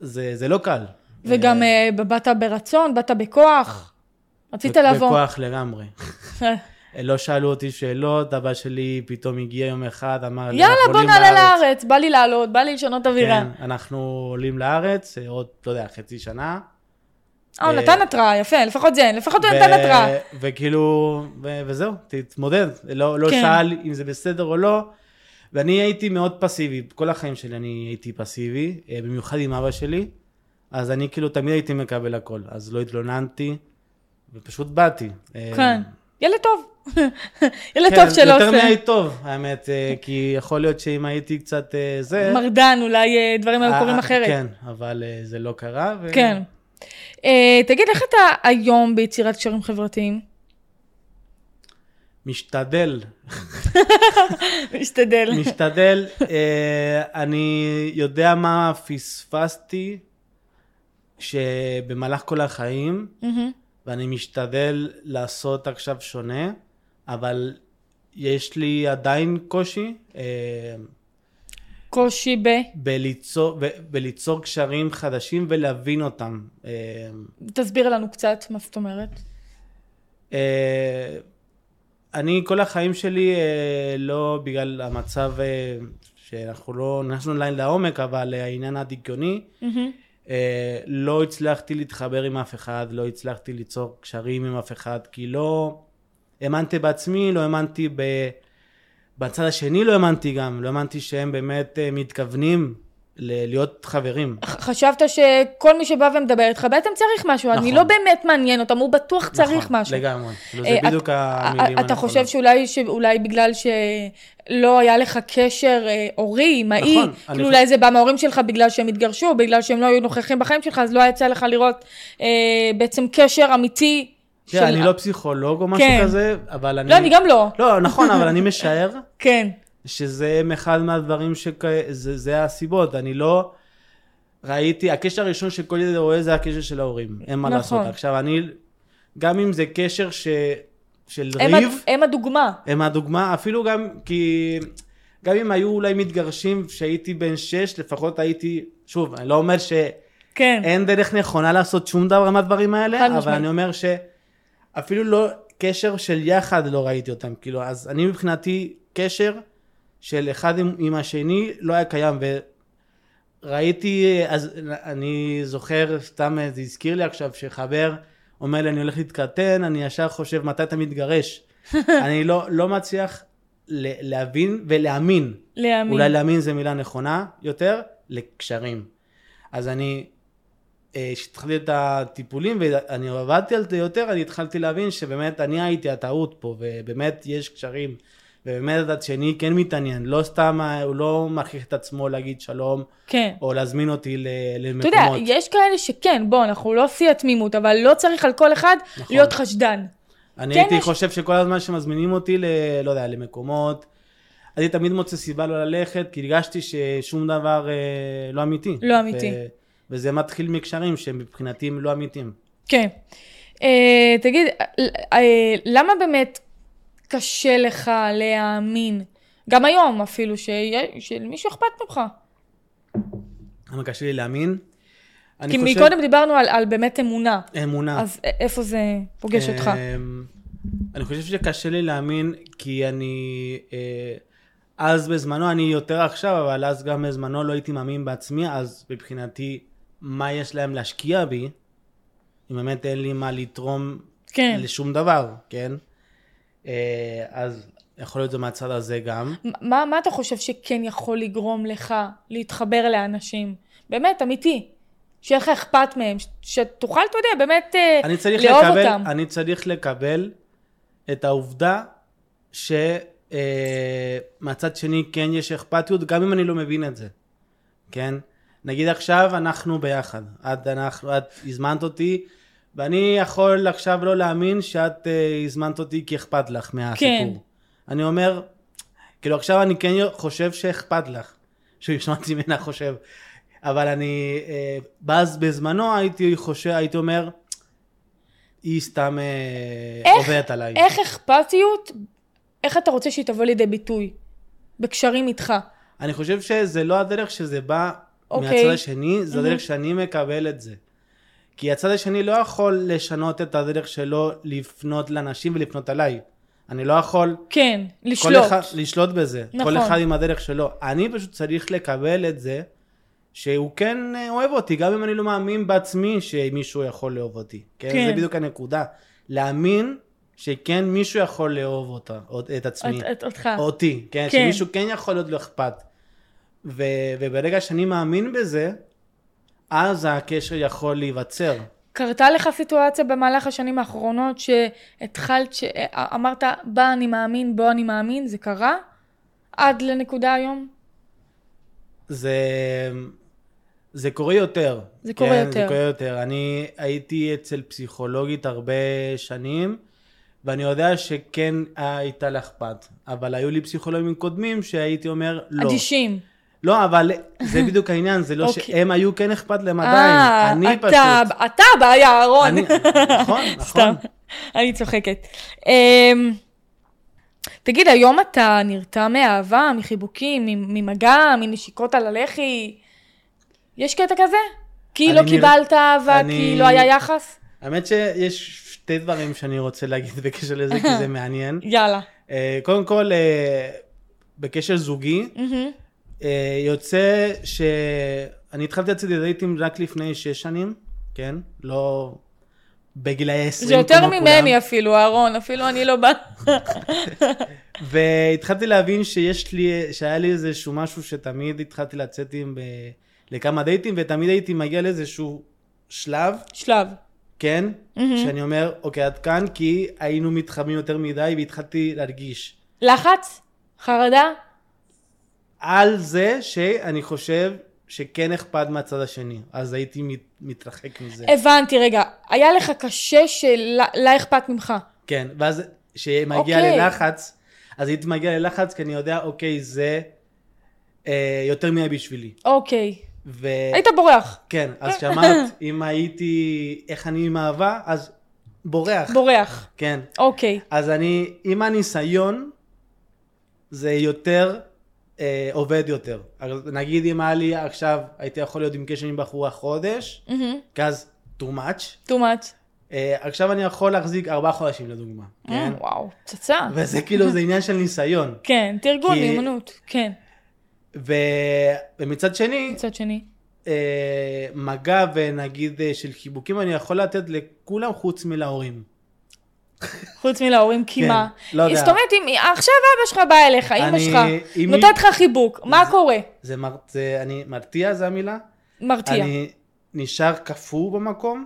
Speaker 3: זה, זה לא קל.
Speaker 2: וגם אה, באת ברצון, באת בכוח. רצית לבוא.
Speaker 3: בכוח לגמרי. לא שאלו אותי שאלות, אבא שלי פתאום הגיע יום אחד, אמר לי,
Speaker 2: יאללה,
Speaker 3: "אנחנו
Speaker 2: בוא
Speaker 3: עולים
Speaker 2: נעלה לארץ, בא לי לעלות, בא לי לשנות אווירה.
Speaker 3: כן, אנחנו עולים לארץ, אה, עוד, לא יודע, חצי שנה.
Speaker 2: אה, הוא
Speaker 3: אה,
Speaker 2: נתן התראה, יפה, לפחות זה, לפחות הוא
Speaker 3: ו-
Speaker 2: נתן התראה.
Speaker 3: וכאילו, ו- וזהו, תתמודד. לא, לא
Speaker 2: כן.
Speaker 3: שאל אם זה בסדר או לא. ואני הייתי מאוד פסיבי, כל החיים שלי אני הייתי פסיבי, אה, במיוחד עם אבא שלי. אז אני כאילו תמיד הייתי מקבל הכל, אז לא התלוננתי, ופשוט באתי. אה,
Speaker 2: כן. ילד טוב. ילד
Speaker 3: כן,
Speaker 2: טוב שלא
Speaker 3: יותר
Speaker 2: עושה.
Speaker 3: מדי טוב, האמת, אה, כי יכול להיות שאם הייתי קצת אה, זה...
Speaker 2: מרדן, אולי אה, דברים היו
Speaker 3: אה,
Speaker 2: קורים אחרת.
Speaker 3: כן, אבל אה, זה לא קרה. ו-
Speaker 2: כן. אה, תגיד, איך אתה היום ביצירת קשרים חברתיים?
Speaker 3: משתדל,
Speaker 2: משתדל.
Speaker 3: משתדל. אה, אני יודע מה פספסתי שבמהלך כל החיים,
Speaker 2: מהמם.
Speaker 3: ואני משתדל לעשות עכשיו שונה, אבל יש לי עדיין קושי אה,
Speaker 2: קושי ב...
Speaker 3: בליצור, ב- בליצור קשרים חדשים ולהבין אותם. אה,
Speaker 2: תסביר לנו קצת מה זאת אומרת.
Speaker 3: אה, אני כל החיים שלי אה, לא בגלל המצב אה, שאנחנו לא נכנסנו עדיין לעומק, אבל אה, העניין הדיכאוני,
Speaker 2: מהמם.
Speaker 3: אה, לא הצלחתי להתחבר עם אף אחד, לא הצלחתי ליצור קשרים עם אף אחד, כי לא האמנתי בעצמי, לא האמנתי ב... בצד השני לא האמנתי גם, לא האמנתי שהם באמת אה, מתכוונים ל- להיות חברים.
Speaker 2: ח- חשבת שכל מי שבא ומדבר איתך בעצם צריך משהו, אני
Speaker 3: נכון.
Speaker 2: לא באמת מעניין אותם, הוא בטוח צריך
Speaker 3: נכון,
Speaker 2: משהו.
Speaker 3: לגמרי. כאילו,
Speaker 2: אה,
Speaker 3: זה בדיוק
Speaker 2: את-
Speaker 3: המילים
Speaker 2: אה, אתה חושב שאולי, שאולי בגלל שלא היה לך קשר אה, הורי, אמאי,
Speaker 3: נכון, אני
Speaker 2: כאילו
Speaker 3: חושב-
Speaker 2: אולי זה בא מההורים שלך בגלל שהם התגרשו, בגלל שהם לא היו נוכחים בחיים שלך, אז לא יצא לך לראות אה, בעצם קשר אמיתי
Speaker 3: של... אני לא פסיכולוג או משהו
Speaker 2: כן.
Speaker 3: כזה, אבל אני...
Speaker 2: לא, אני גם לא.
Speaker 3: לא, נכון, אבל אני משער
Speaker 2: כן.
Speaker 3: שזה אחד מהדברים שכ... זה, זה הסיבות. אני לא ראיתי, הקשר הראשון שכל ילד רואה זה הקשר של ההורים. אין מה
Speaker 2: נכון.
Speaker 3: לעשות. עכשיו, אני, גם אם זה קשר ש... של
Speaker 2: הם,
Speaker 3: ריב,
Speaker 2: הד- הם הדוגמה.
Speaker 3: הם הדוגמה, אפילו גם כי... גם אם היו אולי מתגרשים כשהייתי בן שש, לפחות הייתי, שוב, אני לא אומר ש...
Speaker 2: כן.
Speaker 3: אין דרך נכונה לעשות שום דבר מהדברים
Speaker 2: חד
Speaker 3: האלה, אבל
Speaker 2: משמעית.
Speaker 3: אני אומר שאפילו לא קשר של יחד לא ראיתי אותם, כאילו, אז אני מבחינתי קשר של אחד עם, עם השני לא היה קיים, וראיתי, אז אני זוכר, סתם אה, זה הזכיר לי עכשיו, שחבר אומר לי אני הולך להתקטן, אני ישר חושב מתי אתה מתגרש, אני לא, לא מצליח ל- להבין ולהאמין.
Speaker 2: להאמין.
Speaker 3: אולי להאמין זו מילה נכונה יותר, לקשרים. אז אני, אה, כשהתחלתי את הטיפולים ואני עבדתי על זה יותר, אני התחלתי להבין שבאמת אני הייתי הטעות פה, ובאמת יש קשרים, ובאמת הצד שני כן מתעניין, לא סתם, אה, הוא לא מכריח את עצמו להגיד שלום,
Speaker 2: כן.
Speaker 3: או להזמין אותי ל- למקומות.
Speaker 2: אתה יודע, יש כאלה שכן, בוא, אנחנו לא שיא התמימות, אבל לא צריך על כל אחד
Speaker 3: נכון.
Speaker 2: להיות חשדן.
Speaker 3: אני
Speaker 2: כן,
Speaker 3: הייתי
Speaker 2: יש-
Speaker 3: חושב שכל הזמן שמזמינים אותי ל... לא יודע, למקומות, הייתי תמיד מוצא סיבה לא ללכת, כי הרגשתי ששום דבר אה, לא אמיתי.
Speaker 2: לא אמיתי.
Speaker 3: ו... וזה מתחיל מקשרים שמבחינתי הם לא אמיתיים.
Speaker 2: כן. אה, תגיד, אה, אה, למה באמת קשה לך להאמין, גם היום אפילו, שיה- שלמישהו אכפת ממך?
Speaker 3: למה קשה לי להאמין? אני אה.
Speaker 2: כי מקודם דיברנו על, על באמת אמונה,
Speaker 3: אמונה.
Speaker 2: אז א- איפה זה פוגש אותך?
Speaker 3: אמ, אני חושב שקשה לי להאמין, כי אני... אה, אז בזמנו, אני יותר עכשיו, אבל אז גם בזמנו לא הייתי מאמין בעצמי, אז מבחינתי, מה יש להם להשקיע בי, אם באמת אין לי מה לתרום
Speaker 2: כן.
Speaker 3: לשום דבר, כן? אה, אז יכול להיות זה מהצד הזה גם.
Speaker 2: מה, מה אתה חושב שכן יכול לגרום לך להתחבר לאנשים? באמת, אמיתי. שיהיה לך אכפת מהם, ש- שתוכל, אתה יודע, באמת אה,
Speaker 3: אני צריך
Speaker 2: לאהוב
Speaker 3: לקבל,
Speaker 2: אותם.
Speaker 3: אני צריך לקבל את העובדה שמהצד שני כן יש אכפתיות, גם אם אני לא מבין את זה, כן? נגיד עכשיו אנחנו ביחד, את, אנחנו, את הזמנת אותי, ואני יכול עכשיו לא להאמין שאת uh, הזמנת אותי כי אכפת לך מהסיפור.
Speaker 2: כן.
Speaker 3: אני אומר, כאילו עכשיו אני כן חושב שאכפת לך, ששמעתי ממנה חושב, אבל אני, אה, ואז בזמנו הייתי חושב, הייתי אומר, היא סתם אה,
Speaker 2: איך-
Speaker 3: עובדת עליי.
Speaker 2: איך אכפתיות, איך אתה רוצה שהיא תבוא לידי ביטוי? בקשרים איתך.
Speaker 3: אני חושב שזה לא הדרך שזה בא
Speaker 2: אוקיי.
Speaker 3: מהצד השני, זה הדרך שאני מקבל את זה. כי הצד השני לא יכול לשנות את הדרך שלו לפנות לאנשים ולפנות אליי. אני לא יכול
Speaker 2: כן,
Speaker 3: כל
Speaker 2: לשלוט.
Speaker 3: אחד, לשלוט בזה.
Speaker 2: נכון.
Speaker 3: כל אחד עם הדרך שלו. אני פשוט צריך לקבל את זה שהוא כן אה, אוהב אותי, גם אם אני לא מאמין בעצמי שמישהו יכול לאהוב אותי. כן.
Speaker 2: כן.
Speaker 3: זה בדיוק הנקודה. להאמין שכן מישהו יכול לאהוב אותה, אות- את עצמי.
Speaker 2: את- את- אותך.
Speaker 3: אותי, כן,
Speaker 2: כן.
Speaker 3: כן. שמישהו כן יכול להיות לו אכפת. ו, וברגע שאני מאמין בזה, אז הקשר יכול להיווצר.
Speaker 2: קרתה לך סיטואציה במהלך השנים האחרונות שהתחלת, שאמרת, בה אני מאמין, בו אני מאמין, זה קרה? עד לנקודה היום?
Speaker 3: זה, זה קורה יותר.
Speaker 2: זה קורה
Speaker 3: כן,
Speaker 2: יותר.
Speaker 3: זה קורה יותר. אני הייתי אצל פסיכולוגית הרבה שנים, ואני יודע שכן הייתה לה אכפת. אבל היו לי פסיכולוגים קודמים שהייתי אומר, לא.
Speaker 2: אדישים.
Speaker 3: לא, אבל זה בדיוק העניין, זה לא
Speaker 2: אוקיי.
Speaker 3: שהם היו כן אכפת להם
Speaker 2: אה,
Speaker 3: עדיין. אני
Speaker 2: אתה-
Speaker 3: פשוט.
Speaker 2: אתה הבעיה, אהרון.
Speaker 3: אני- נכון,
Speaker 2: סתם,
Speaker 3: נכון.
Speaker 2: אני צוחקת. אמ, תגיד, היום אתה נרתע מאהבה, מחיבוקים, מ- ממגע, מנשיקות על הלחי? יש קטע כזה? כי
Speaker 3: אני
Speaker 2: לא
Speaker 3: נר-
Speaker 2: קיבלת אהבה,
Speaker 3: אני-
Speaker 2: כי לא היה יחס?
Speaker 3: האמת שיש שתי דברים שאני רוצה להגיד בקשר לזה, כי זה מעניין.
Speaker 2: יאללה.
Speaker 3: אה, קודם כל, אה, בקשר זוגי,
Speaker 2: מהמם.
Speaker 3: אה, יוצא שאני התחלתי לצאת לדייטים רק לפני שש שנים, כן? לא בגילאי 20
Speaker 2: זה
Speaker 3: כמו
Speaker 2: יותר
Speaker 3: כולם.
Speaker 2: ממני אפילו, אהרון, אפילו אני לא בא...
Speaker 3: והתחלתי להבין שיש לי, שהיה לי איזשהו משהו שתמיד התחלתי לצאת עם ב... לכמה דייטים, ותמיד הייתי מגיע לאיזשהו שלב
Speaker 2: שלב.
Speaker 3: כן? שאני אומר, אוקיי, עד כאן, כי היינו מתחמים יותר מדי והתחלתי להרגיש.
Speaker 2: לחץ? חרדה?
Speaker 3: כן. על זה שאני חושב שכן אכפת מהצד השני, אז הייתי מת, מתרחק מזה.
Speaker 2: הבנתי, רגע. היה לך קשה שלה אכפת ממך.
Speaker 3: כן, ואז כשמגיע
Speaker 2: אוקיי.
Speaker 3: ללחץ, אז הייתי מגיע ללחץ כי אני יודע, אוקיי, זה אה, יותר מדי בשבילי.
Speaker 2: אוקיי.
Speaker 3: ו...
Speaker 2: היית אה, בורח.
Speaker 3: כן, אז שאמרת, אם הייתי, איך אני עם אהבה, אז בורח.
Speaker 2: בורח.
Speaker 3: כן.
Speaker 2: אוקיי.
Speaker 3: אז אני, עם הניסיון, זה יותר אה, עובד יותר. אז נגיד אם היה לי עכשיו, הייתי יכול להיות עם קשר עם בחורה חודש,
Speaker 2: מהמם.
Speaker 3: כי אז too much.
Speaker 2: too much.
Speaker 3: אה, עכשיו אני יכול להחזיק ארבעה חודשים לדוגמה, כן?
Speaker 2: אה, וואו, פצצה.
Speaker 3: וזה כאילו, זה עניין של ניסיון.
Speaker 2: כן, תרגול,
Speaker 3: כי-
Speaker 2: מיומנות. כן,
Speaker 3: ו... ומצד שני,
Speaker 2: מצד שני.
Speaker 3: אה, מגע ונגיד אה, של חיבוקים, אני יכול לתת לכולם חוץ מלהורים.
Speaker 2: חוץ מלהורים, כי
Speaker 3: כן,
Speaker 2: מה?
Speaker 3: לא יודע.
Speaker 2: זאת אומרת, אם עכשיו אבא שלך בא אליך, אמא
Speaker 3: אני-
Speaker 2: שלך,
Speaker 3: אם-
Speaker 2: נותנת לך חיבוק, מה קורה?
Speaker 3: זה, מר... זה אני, מרתיע זה המילה?
Speaker 2: מרתיע.
Speaker 3: אני נשאר קפוא במקום.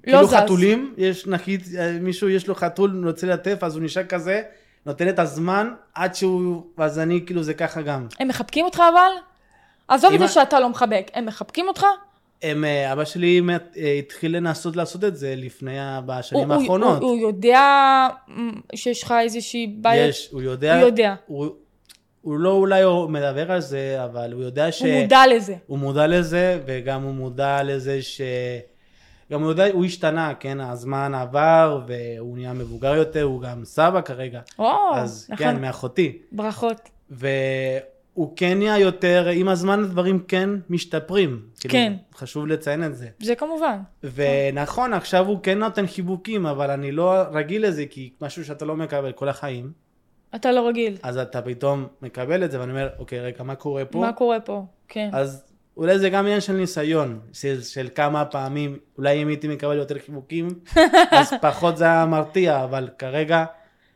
Speaker 2: לא
Speaker 3: כאילו
Speaker 2: זז.
Speaker 3: חתולים, יש נגיד, אה, מישהו יש לו חתול, רוצה לטף, אז הוא נשאר כזה, נותן את הזמן עד שהוא, אז אני כאילו זה ככה גם.
Speaker 2: הם מחבקים אותך אבל? עזוב את
Speaker 3: אם
Speaker 2: זה
Speaker 3: ה-
Speaker 2: שאתה לא מחבק, הם מחבקים אותך?
Speaker 3: הם, אה, אבא שלי מת- אה, התחיל לנסות לעשות את זה לפני, ה-
Speaker 2: הוא-
Speaker 3: בשנים
Speaker 2: הוא-
Speaker 3: האחרונות.
Speaker 2: הוא- הוא יודע מ, שיש לך איזושהי בעיה?
Speaker 3: יש, הוא יודע,
Speaker 2: הוא יודע.
Speaker 3: הוא- הוא לא אולי הוא מדבר על זה, אבל הוא יודע ש...
Speaker 2: הוא מודע לזה.
Speaker 3: הוא מודע לזה, וגם הוא מודע לזה ש... גם הוא יודע, הוא השתנה, כן? הזמן עבר, והוא נהיה מבוגר יותר, הוא גם סבא כרגע.
Speaker 2: וואו,
Speaker 3: אז כן,
Speaker 2: נכון.
Speaker 3: מאחותי.
Speaker 2: ברכות.
Speaker 3: והוא כן נהיה יותר, עם הזמן הדברים כן משתפרים. כאילו,
Speaker 2: כן. נכון.
Speaker 3: חשוב לציין את זה.
Speaker 2: זה כמובן.
Speaker 3: ונכון, עכשיו הוא כן נותן חיבוקים, אבל אני לא רגיל לזה, כי משהו שאתה לא מקבל כל החיים,
Speaker 2: אתה לא רגיל.
Speaker 3: אז אתה פתאום מקבל את זה, ואני אומר, אוקיי, רגע, מה קורה פה?
Speaker 2: מה קורה פה? כן.
Speaker 3: אז אולי זה גם עניין של ניסיון, של, של כמה פעמים, אולי אם הייתי מקבל יותר חיבוקים, אז פחות זה היה מרתיע, אבל כרגע,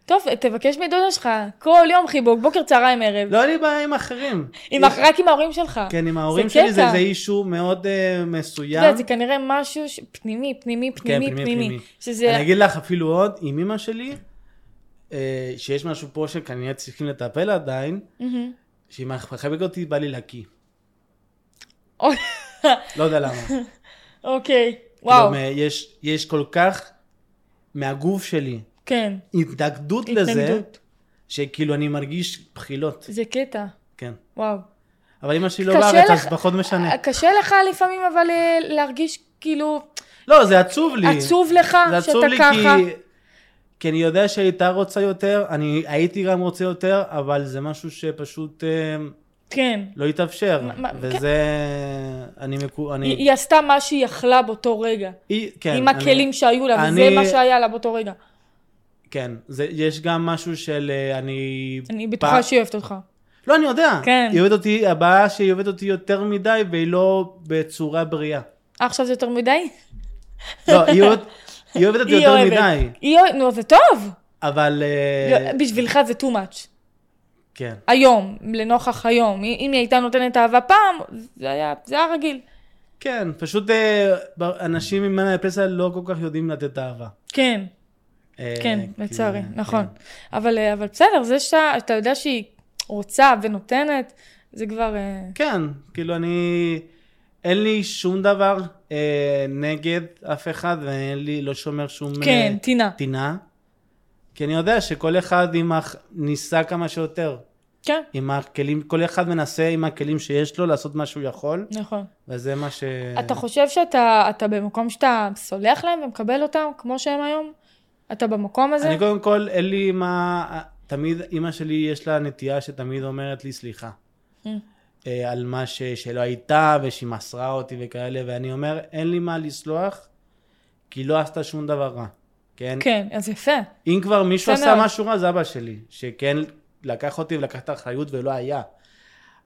Speaker 2: טוב, תבקש מדודה שלך, כל יום חיבוק, בוקר, צהריים, ערב.
Speaker 3: לא היה לי בעיה עם אחרים.
Speaker 2: עם, רק עם ההורים שלך.
Speaker 3: כן, עם ההורים
Speaker 2: זה
Speaker 3: שלי זה,
Speaker 2: קטע.
Speaker 3: זה אישו מאוד uh,
Speaker 2: אתה יודע,
Speaker 3: מסוים.
Speaker 2: זה כנראה משהו ש... פנימי, פנימי, פנימי,
Speaker 3: כן, פנימי,
Speaker 2: פנימי.
Speaker 3: פנימי.
Speaker 2: שזה...
Speaker 3: אני אגיד לך אפילו עוד, עם אמא שלי, uh, שיש משהו פה שכנראה צריכים לטפל עדיין,
Speaker 2: מהמם.
Speaker 3: שהיא מחבקת אותי, בא לי להקיא.
Speaker 2: אוי,
Speaker 3: לא יודע למה.
Speaker 2: אוקיי, וואו,
Speaker 3: כאילו, אה, יש, יש כל כך מהגוף שלי
Speaker 2: כן.
Speaker 3: התנגדות לזה.
Speaker 2: התנגדות.
Speaker 3: שכאילו אני מרגיש בחילות,
Speaker 2: זה קטע,
Speaker 3: כן.
Speaker 2: וואו.
Speaker 3: אבל אמא שלי לא
Speaker 2: קשה
Speaker 3: בארץ, אז
Speaker 2: לך- אה,
Speaker 3: פחות משנה.
Speaker 2: קשה לך לפעמים אבל אה, להרגיש כאילו
Speaker 3: לא, זה עצוב לי.
Speaker 2: עצוב לך
Speaker 3: זה עצוב
Speaker 2: שאתה
Speaker 3: לי
Speaker 2: ככה.
Speaker 3: כי... כי אני יודע שהיא הייתה רוצה יותר, אני הייתי גם רוצה יותר, אבל זה משהו שפשוט אה,
Speaker 2: כן.
Speaker 3: לא התאפשר.
Speaker 2: מה- מה-
Speaker 3: וזה... אני... מקו- אני...
Speaker 2: היא, היא עשתה מה שהיא יכלה באותו רגע.
Speaker 3: היא- כן,
Speaker 2: עם
Speaker 3: אני-
Speaker 2: הכלים שהיו לה, וזה
Speaker 3: אני-
Speaker 2: מה שהיה לה באותו רגע.
Speaker 3: כן, זה, יש גם משהו של אה, אני...
Speaker 2: אני
Speaker 3: פעם-
Speaker 2: בטוחה שהיא אוהבת אותך. אה,
Speaker 3: לא, אני יודע.
Speaker 2: כן.
Speaker 3: היא עובדת אותי, הבעיה שהיא עובדת אותי יותר מדי, והיא לא בצורה בריאה.
Speaker 2: אה, עכשיו זה יותר מדי?
Speaker 3: לא, היא עובדת, היא עובדת אותי
Speaker 2: היא
Speaker 3: יותר
Speaker 2: אוהבת.
Speaker 3: מדי,
Speaker 2: היא אוהבת, נו, זה טוב. לא,
Speaker 3: אבל... אה,
Speaker 2: בשבילך זה too much.
Speaker 3: כן.
Speaker 2: היום, לנוכח היום. אם אם היא הייתה נותנת אהבה פעם, זה היה, זה היה רגיל.
Speaker 3: כן, פשוט אה, ב- אנשים עם מנה לפסע לא כל כך יודעים לתת אהבה.
Speaker 2: כן,
Speaker 3: אה,
Speaker 2: כן,
Speaker 3: כי-
Speaker 2: לצערי,
Speaker 3: כן.
Speaker 2: נכון. אבל אה, אבל בסדר, זה שאתה אתה יודע שהיא רוצה ונותנת, זה כבר... אה,
Speaker 3: כן, כאילו אני... אין לי שום דבר אה, נגד אף אחד, ואין לי, לא שומר שום... אה,
Speaker 2: כן, טינה.
Speaker 3: טינה. כי אני יודע שכל אחד עם הח... ניסה כמה שיותר.
Speaker 2: כן,
Speaker 3: עם הכלים, כל אחד מנסה עם הכלים שיש לו לעשות מה שהוא יכול,
Speaker 2: נכון.
Speaker 3: וזה מה ש...
Speaker 2: אתה חושב שאתה אתה במקום שאתה סולח להם ומקבל אותם כמו שהם היום? אתה במקום הזה?
Speaker 3: אני קודם כל, אין לי מה... תמיד, אימא שלי יש לה נטייה שתמיד אומרת לי סליחה.
Speaker 2: Mm.
Speaker 3: אה, על מה ש... שלא הייתה, ושהיא מסרה אותי וכאלה, ואני אומר, אין לי מה לסלוח, כי לא עשתה שום דבר רע. כן?
Speaker 2: כן, אז יפה.
Speaker 3: אם כבר מישהו
Speaker 2: יפה
Speaker 3: עשה
Speaker 2: מאוד.
Speaker 3: משהו רע, זה אבא שלי, שכן לקח אותי ולקח את האחריות ולא היה.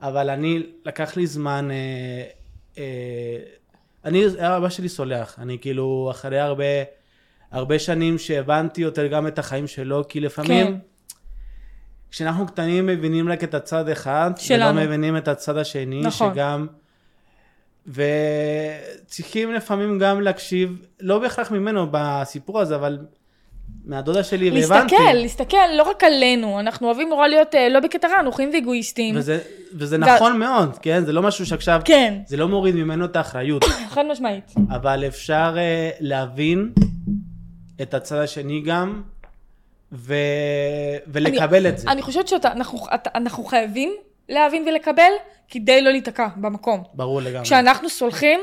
Speaker 3: אבל אני, לקח לי זמן, אה, אה, אני, אבא שלי סולח, אני כאילו, אחרי הרבה, הרבה שנים שהבנתי יותר גם את החיים שלו, כי לפעמים,
Speaker 2: כן.
Speaker 3: כשאנחנו קטנים מבינים רק את הצד אחד,
Speaker 2: שלנו.
Speaker 3: ולא מבינים את הצד השני,
Speaker 2: נכון.
Speaker 3: שגם... וצריכים לפעמים גם להקשיב, לא בהכרח ממנו בסיפור הזה, אבל מהדודה שלי, והבנתי.
Speaker 2: להסתכל, להסתכל, לא רק עלינו, אנחנו אוהבים נורא להיות, אה, לא בקטע רע, אנחנו אוכלים ואגואיסטים.
Speaker 3: וזה, וזה
Speaker 2: ו-
Speaker 3: נכון מאוד, כן? זה לא משהו שעכשיו...
Speaker 2: כן,
Speaker 3: זה לא מוריד ממנו את האחריות,
Speaker 2: חד משמעית.
Speaker 3: אבל אפשר אה, להבין את הצד השני גם, ו... ולקבל את זה.
Speaker 2: אני חושבת שאנחנו חייבים להבין ולקבל, כדי לא להיתקע במקום.
Speaker 3: ברור לגמרי.
Speaker 2: כשאנחנו סולחים,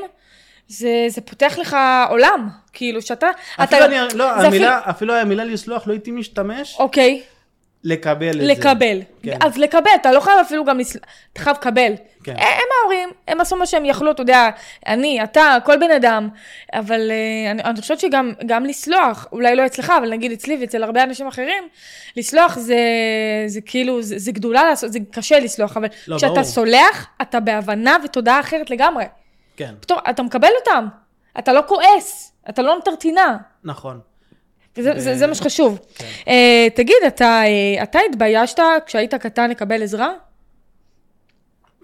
Speaker 2: זה, זה פותח לך עולם, כאילו שאתה, אתה,
Speaker 3: אפילו, אני, לא,
Speaker 2: זה
Speaker 3: המילה, אפילו... המילה לסלוח, לא הייתי משתמש,
Speaker 2: אוקיי,
Speaker 3: לקבל את זה.
Speaker 2: לקבל.
Speaker 3: כן.
Speaker 2: אז לקבל, אתה לא חייב אפילו גם, לס- אתה חייב לקבל.
Speaker 3: כן.
Speaker 2: אה, הם ההורים, הם עשו מה שהם יכלו, אתה יודע, אני, אתה, כל בן אדם, אבל אה, אני, אני חושבת שגם גם לסלוח, אולי לא אצלך, אבל נגיד אצלי ואצל הרבה אנשים אחרים, לסלוח זה, זה כאילו, זה, זה גדולה לעשות, זה קשה לסלוח, אבל
Speaker 3: לא,
Speaker 2: כשאתה
Speaker 3: ברור.
Speaker 2: סולח, אתה בהבנה ותודעה אחרת לגמרי.
Speaker 3: כן,
Speaker 2: פתאום, אתה מקבל אותם, אתה לא כועס, אתה לא נטרטינה.
Speaker 3: נכון.
Speaker 2: וזה זה, זה מה שחשוב.
Speaker 3: כן.
Speaker 2: אה, תגיד, אתה, אה, אתה התביישת כשהיית קטן לקבל עזרה?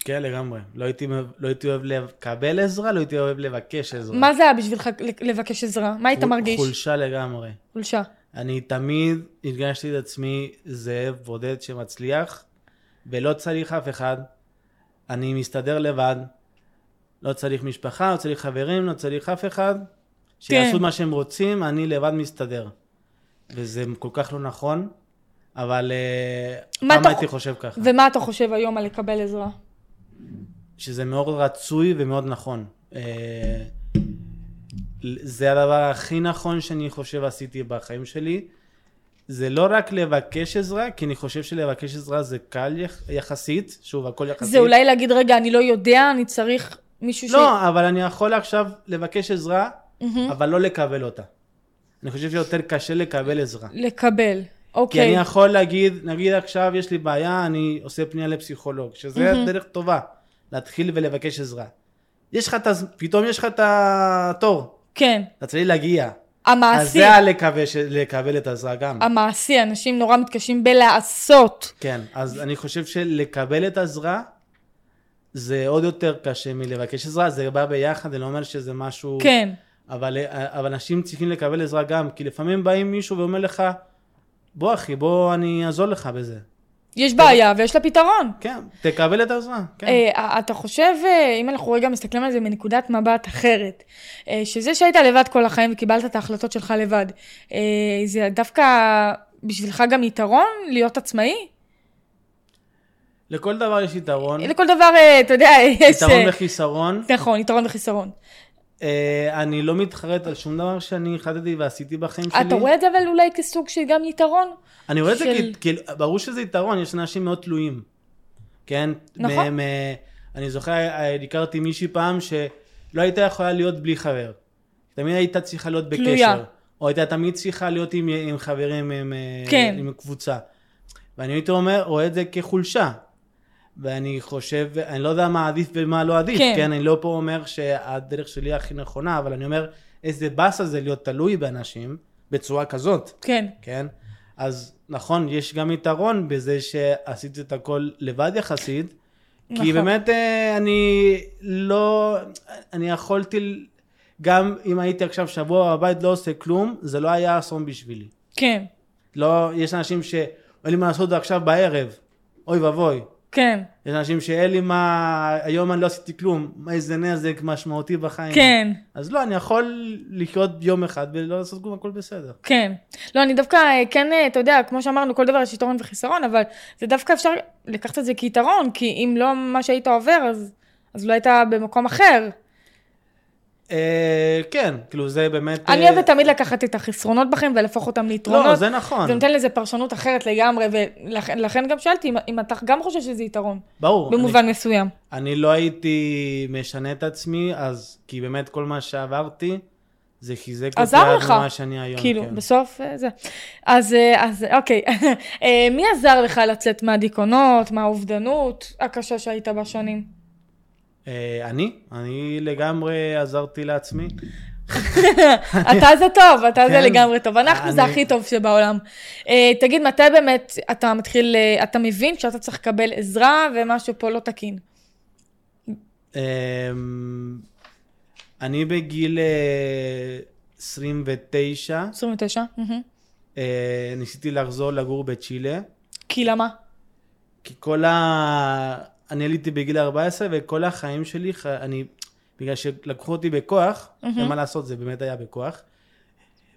Speaker 3: כן, לגמרי. לא הייתי, לא הייתי אוהב לקבל עזרה, לא הייתי אוהב לבקש עזרה.
Speaker 2: מה זה היה בשבילך ל- לבקש עזרה? מה היית
Speaker 3: חול-
Speaker 2: מרגיש?
Speaker 3: חולשה לגמרי.
Speaker 2: חולשה.
Speaker 3: אני תמיד הרגשתי את עצמי זאב בודד שמצליח, ולא צריך אף אחד. אני מסתדר לבד. לא צריך משפחה, לא צריך חברים, לא צריך אף אחד. שיעשו
Speaker 2: כן.
Speaker 3: מה שהם רוצים, אני לבד מסתדר. וזה כל כך לא נכון, אבל אה,
Speaker 2: מה
Speaker 3: פעם
Speaker 2: אתה-
Speaker 3: הייתי חושב ככה.
Speaker 2: ומה אתה חושב היום על לקבל עזרה?
Speaker 3: שזה מאוד רצוי ומאוד נכון. אה, זה הדבר הכי נכון שאני חושב עשיתי בחיים שלי. זה לא רק לבקש עזרה, כי אני חושב שלבקש עזרה זה קל יח- יחסית, שוב, הכל יחסית.
Speaker 2: זה אולי להגיד, רגע, אני לא יודע, אני צריך מישהו ש...
Speaker 3: לא, אבל אני יכול עכשיו לבקש עזרה,
Speaker 2: מהמם.
Speaker 3: אבל לא לקבל אותה. אני חושב שיותר קשה לקבל עזרה.
Speaker 2: לקבל.
Speaker 3: כי אני
Speaker 2: אוקיי.
Speaker 3: יכול להגיד, נגיד עכשיו יש לי בעיה, אני עושה פנייה לפסיכולוג, שזה
Speaker 2: מהמם.
Speaker 3: דרך טובה, להתחיל ולבקש עזרה. יש לך את הז... פתאום יש לך את התור,
Speaker 2: כן.
Speaker 3: אתה צריך להגיע. אז
Speaker 2: המעשי,
Speaker 3: זה הלקבל ש- לקבל את העזרה גם.
Speaker 2: אה. המעשי, אנשים נורא מתקשים בלעשות.
Speaker 3: כן, אז אני חושב שלקבל את העזרה, זה עוד יותר קשה מלבקש עזרה, זה בא ביחד, אני לא אומר שזה משהו...
Speaker 2: כן.
Speaker 3: אבל, אבל אנשים צריכים לקבל עזרה גם, כי לפעמים באים מישהו ואומר לך, בוא אחי, בוא אני אעזור לך בזה.
Speaker 2: יש בעיה ויש לה פתרון.
Speaker 3: כן, תקבל את העזרה, כן.
Speaker 2: אה, אתה חושב, אה, אם אנחנו רגע מסתכלים על זה מנקודת מבט אחרת, אה, שזה שהיית לבד כל החיים וקיבלת את ההחלטות שלך לבד, אה, זה דווקא בשבילך גם יתרון להיות עצמאי?
Speaker 3: לכל דבר יש יתרון.
Speaker 2: לכל דבר, אה, אתה יודע, יש...
Speaker 3: נכון. יתרון
Speaker 2: אה,
Speaker 3: וחיסרון.
Speaker 2: נכון, יתרון וחיסרון.
Speaker 3: אה, אני לא מתחרט על שום דבר שאני החלטתי ועשיתי בחיים שלי.
Speaker 2: אתה רואה את זה אבל אולי כסוג של גם יתרון?
Speaker 3: אני רואה את זה
Speaker 2: של-
Speaker 3: כי- כאילו, ברור שזה יתרון, יש אנשים מאוד תלויים. כן?
Speaker 2: נכון.
Speaker 3: מ- מ- אני זוכר, אה, הכרתי מישהי פעם שלא הייתה יכולה להיות בלי חבר. תמיד הייתה צריכה להיות בקשר.
Speaker 2: תלויה.
Speaker 3: או הייתה תמיד צריכה להיות עם, עם חברים, עם, אה,
Speaker 2: כן.
Speaker 3: עם קבוצה. ואני הייתי אומר, רואה את זה כחולשה. ואני חושב, אני לא יודע מה עדיף ומה לא עדיף,
Speaker 2: כן.
Speaker 3: כן, אני לא פה אומר שהדרך שלי הכי נכונה, אבל אני אומר, איזה באסה זה להיות תלוי באנשים בצורה כזאת.
Speaker 2: כן.
Speaker 3: כן? אז נכון, יש גם יתרון בזה שעשית את הכל לבד יחסית, נכון.
Speaker 2: נכון.
Speaker 3: כי באמת אה, אני לא, אני יכולתי, ל- גם אם הייתי עכשיו שבוע בבית לא עושה כלום, זה לא היה אסון בשבילי.
Speaker 2: כן.
Speaker 3: לא, יש אנשים שאין לי מה לעשות עכשיו בערב, אוי ואבוי.
Speaker 2: כן.
Speaker 3: יש אנשים שאין לי מה, היום אני לא עשיתי כלום, איזה נזק משמעותי בחיים.
Speaker 2: כן.
Speaker 3: אז לא, אני יכול לחיות יום אחד ולא לעשות כלום, הכל בסדר.
Speaker 2: כן. לא, אני דווקא, אה, כן, אה, אתה יודע, כמו שאמרנו, כל דבר יש יתרון וחיסרון, אבל זה דווקא אפשר לקחת את זה כיתרון, כי אם לא מה שהיית עובר, אז, אז לא היית במקום אחר.
Speaker 3: אה, כן, כאילו זה באמת...
Speaker 2: אני
Speaker 3: אה,
Speaker 2: אוהבת תמיד לקחת את החסרונות בחיים ולהפוך אותם ליתרונות.
Speaker 3: לא, זה נכון.
Speaker 2: זה נותן לזה פרשנות אחרת לגמרי, ולכן לכן גם שאלתי אם, אם אתה גם חושב שזה יתרון,
Speaker 3: ברור.
Speaker 2: במובן מסוים.
Speaker 3: אני, אני לא הייתי משנה את עצמי, אז... כי באמת כל מה שעברתי, זה חיזק אותי
Speaker 2: עזר
Speaker 3: עד
Speaker 2: לך.
Speaker 3: מה שאני היום.
Speaker 2: כאילו,
Speaker 3: כן.
Speaker 2: בסוף אה, זה. אז, אה, אז אוקיי, אה, מי עזר לך לצאת מהדיכאונות, מהאובדנות הקשה שהיית בה שנים?
Speaker 3: אה, אני? אני לגמרי עזרתי לעצמי.
Speaker 2: אתה זה טוב, אתה זה
Speaker 3: כן.
Speaker 2: לגמרי טוב, אנחנו זה
Speaker 3: אני-
Speaker 2: הכי טוב שבעולם. אה, תגיד, מתי באמת אתה מתחיל, אה, אתה מבין שאתה צריך לקבל עזרה ומשהו פה לא תקין?
Speaker 3: אה, אני בגיל אה, 29,
Speaker 2: 29? מהמם.
Speaker 3: אה, ניסיתי לחזור לגור בצ'ילה.
Speaker 2: כי למה?
Speaker 3: כי כל ה... אני עליתי בגיל 14, וכל החיים שלי, ח... אני... בגלל שלקחו אותי בכוח,
Speaker 2: מהמם.
Speaker 3: ומה לעשות, זה באמת היה בכוח.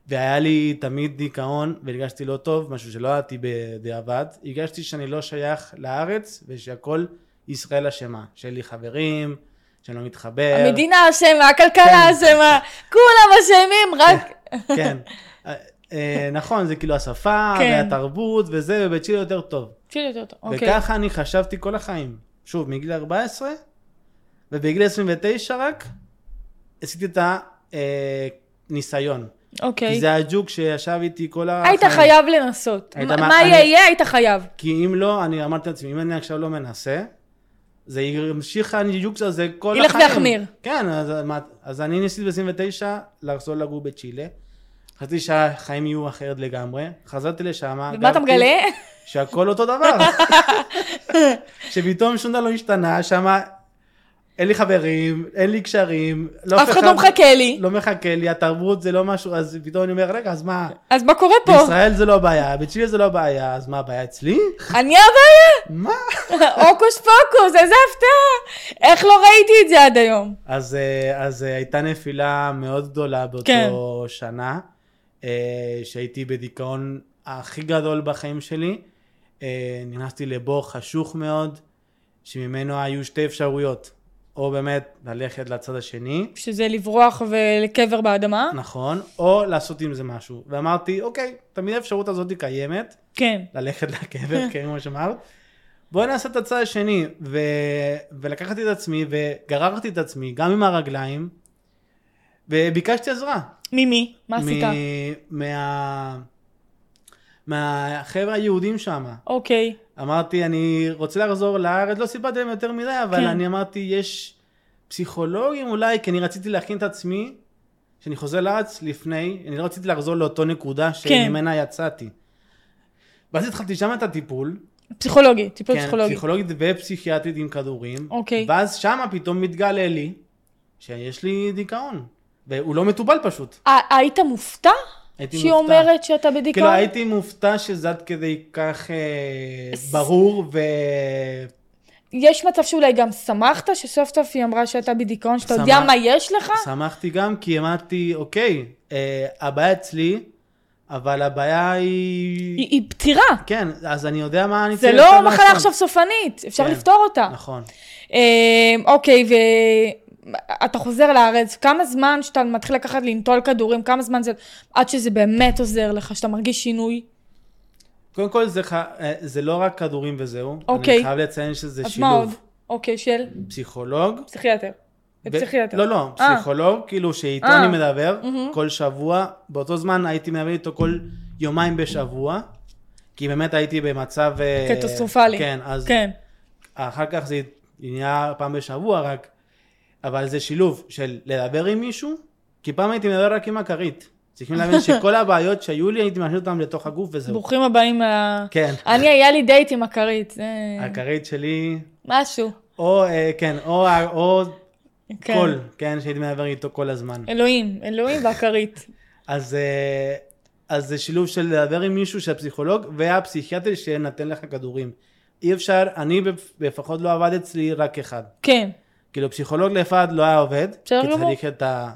Speaker 3: והיה לי תמיד דיכאון, והרגשתי לא טוב, משהו שלא ידעתי בדיעבד. הרגשתי שאני לא שייך לארץ, ושהכל ישראל אשמה. שאין לי חברים, שאני לא מתחבר.
Speaker 2: המדינה אשמה, הכלכלה
Speaker 3: כן.
Speaker 2: אשמה, כולם אשמים, רק...
Speaker 3: כן. אה, אה, נכון, זה כאילו השפה,
Speaker 2: כן.
Speaker 3: והתרבות, וזה, ובית שלי יותר טוב.
Speaker 2: תשאיר לי אותו, אוקיי.
Speaker 3: וככה אני חשבתי כל החיים. שוב, מגיל 14, ובגיל 29 רק, עשיתי את הניסיון.
Speaker 2: אוקיי.
Speaker 3: כי זה הג'וק שישב איתי כל החיים.
Speaker 2: היית חייב לנסות.
Speaker 3: היית
Speaker 2: מה-
Speaker 3: מה-
Speaker 2: מה
Speaker 3: אני-
Speaker 2: יהיה, היית חייב.
Speaker 3: כי אם לא, אני אמרתי לעצמי, אם אני עכשיו לא מנסה, זה ימשיך הג'וק הזה כל
Speaker 2: ילך
Speaker 3: החיים.
Speaker 2: ויחמיר.
Speaker 3: כן, אז, מה- אז אני ניסיתי ב-29 לחזור לגור בצ'ילה. חשבתי שהחיים יהיו אחרת לגמרי. חזרתי לשם.
Speaker 2: ומה אתה
Speaker 3: גרתי-
Speaker 2: מגלה?
Speaker 3: שהכל אותו דבר. שפתאום שום דבר לא השתנה, שמה אין לי חברים, אין לי קשרים. לא
Speaker 2: אף אחד לא מחכה לי.
Speaker 3: לא מחכה לי, התרבות זה לא משהו, אז פתאום אני אומר, רגע, אז מה,
Speaker 2: אז מה קורה פה?
Speaker 3: בישראל זה לא בעיה, בצ'ילה זה לא בעיה, אז מה הבעיה אצלי?
Speaker 2: אני הבעיה?
Speaker 3: מה?
Speaker 2: הוקוס פוקוס, איזה הפתעה. איך לא ראיתי את זה עד היום?
Speaker 3: אז, אה, אז אה, הייתה נפילה מאוד גדולה באותו
Speaker 2: כן.
Speaker 3: שנה, אה, שהייתי בדיכאון הכי גדול בחיים שלי. אה, נכנסתי לבור חשוך מאוד, שממנו היו שתי אפשרויות, או באמת ללכת לצד השני,
Speaker 2: שזה לברוח ולקבר באדמה?
Speaker 3: נכון, או לעשות עם זה משהו. ואמרתי, אוקיי, תמיד האפשרות הזאת היא קיימת,
Speaker 2: כן.
Speaker 3: ללכת לקבר, כן, כמו שאמרת. בואי נעשה את הצד השני, ו... ולקחתי את עצמי וגררתי את עצמי, גם עם הרגליים, וביקשתי עזרה.
Speaker 2: ממי? מה עשית?
Speaker 3: מ... מה... מהחבר'ה היהודים שם.
Speaker 2: אוקיי.
Speaker 3: אמרתי, אני רוצה לחזור לארץ, לא סיפרתי להם יותר מדי, אבל
Speaker 2: כן.
Speaker 3: כן. אני אמרתי, יש פסיכולוגים אולי, כי אני רציתי להכין את עצמי, שאני חוזר לארץ לפני, אני לא רציתי לחזור לאותו נקודה שממנה כן. יצאתי. ואז התחלתי שם את הטיפול,
Speaker 2: פסיכולוגי, טיפול
Speaker 3: כן,
Speaker 2: פסיכולוגי.
Speaker 3: פסיכולוגית ופסיכיאטרית עם כדורים,
Speaker 2: אוקיי.
Speaker 3: ואז שמה פתאום מתגלה לי שיש לי דיכאון, והוא לא מטופל פשוט.
Speaker 2: אה, היית מופתע?
Speaker 3: הייתי
Speaker 2: שהיא
Speaker 3: מופתע.
Speaker 2: אומרת שאתה בדיכאון?
Speaker 3: כאילו הייתי מופתע שזה עד כדי כך אה, ברור ו...
Speaker 2: יש מצב שאולי גם שמחת שסוף סוף היא אמרה שאתה בדיכאון, שאתה יודע
Speaker 3: שמח.
Speaker 2: מה יש לך?
Speaker 3: שמחתי גם כי אמרתי, אוקיי, אה, הבעיה אצלי, אבל הבעיה היא...
Speaker 2: היא היא פתירה.
Speaker 3: כן, אז אני יודע מה אני
Speaker 2: זה
Speaker 3: צריך
Speaker 2: לא
Speaker 3: לעשות
Speaker 2: מחלה
Speaker 3: כן, לעשות.
Speaker 2: עכשיו סופנית, אפשר
Speaker 3: כן.
Speaker 2: לפתור אותה.
Speaker 3: נכון.
Speaker 2: אה, אוקיי, ואתה חוזר לארץ, כמה זמן שאתה מתחיל לקחת לנטול כדורים, כמה זמן זה, עד שזה באמת עוזר לך, שאתה מרגיש שינוי?
Speaker 3: קודם כל זה, ח... אה, זה לא רק כדורים וזהו.
Speaker 2: אוקיי.
Speaker 3: אני חייב לציין שזה
Speaker 2: אז מה עוד?
Speaker 3: שילוב
Speaker 2: אוקיי, של
Speaker 3: פסיכולוג.
Speaker 2: פסיכיאטר.
Speaker 3: ו-
Speaker 2: פסיכיאטר.
Speaker 3: לא, לא,
Speaker 2: אה,
Speaker 3: פסיכולוג, כאילו שאיתו
Speaker 2: אה.
Speaker 3: אני מדבר
Speaker 2: מהמם.
Speaker 3: כל שבוע. באותו זמן הייתי מדבר איתו כל יומיים בשבוע, כי באמת הייתי במצב... אה,
Speaker 2: קטסטרופלי.
Speaker 3: כן, אז
Speaker 2: כן.
Speaker 3: אחר כך זה נהיה פעם בשבוע רק, אבל זה שילוב של לדבר עם מישהו, כי פעם הייתי מדבר רק עם הכרית. צריכים להבין שכל הבעיות שהיו לי, הייתי מאשר אותן לתוך הגוף וזהו.
Speaker 2: ברוכים הבאים ל...
Speaker 3: כן,
Speaker 2: אני, היה לי דייט עם הכרית, זה
Speaker 3: הכרית שלי,
Speaker 2: משהו.
Speaker 3: או, אה, כן, או, ה- או
Speaker 2: כן. אה.
Speaker 3: קול, כן, שהייתי מדבר איתו כל הזמן.
Speaker 2: אלוהים, אלוהים והכרית.
Speaker 3: אז, אה, אז זה שילוב של לדבר עם מישהו שהפסיכולוג והפסיכיאטר שנתן לך כדורים. אי אפשר, אני בפ- לפחות לא עבד אצלי רק אחד.
Speaker 2: כן,
Speaker 3: כאילו פסיכולוג לבד לא היה עובד, כי
Speaker 2: בסדר גמור.
Speaker 3: צריך את, ה,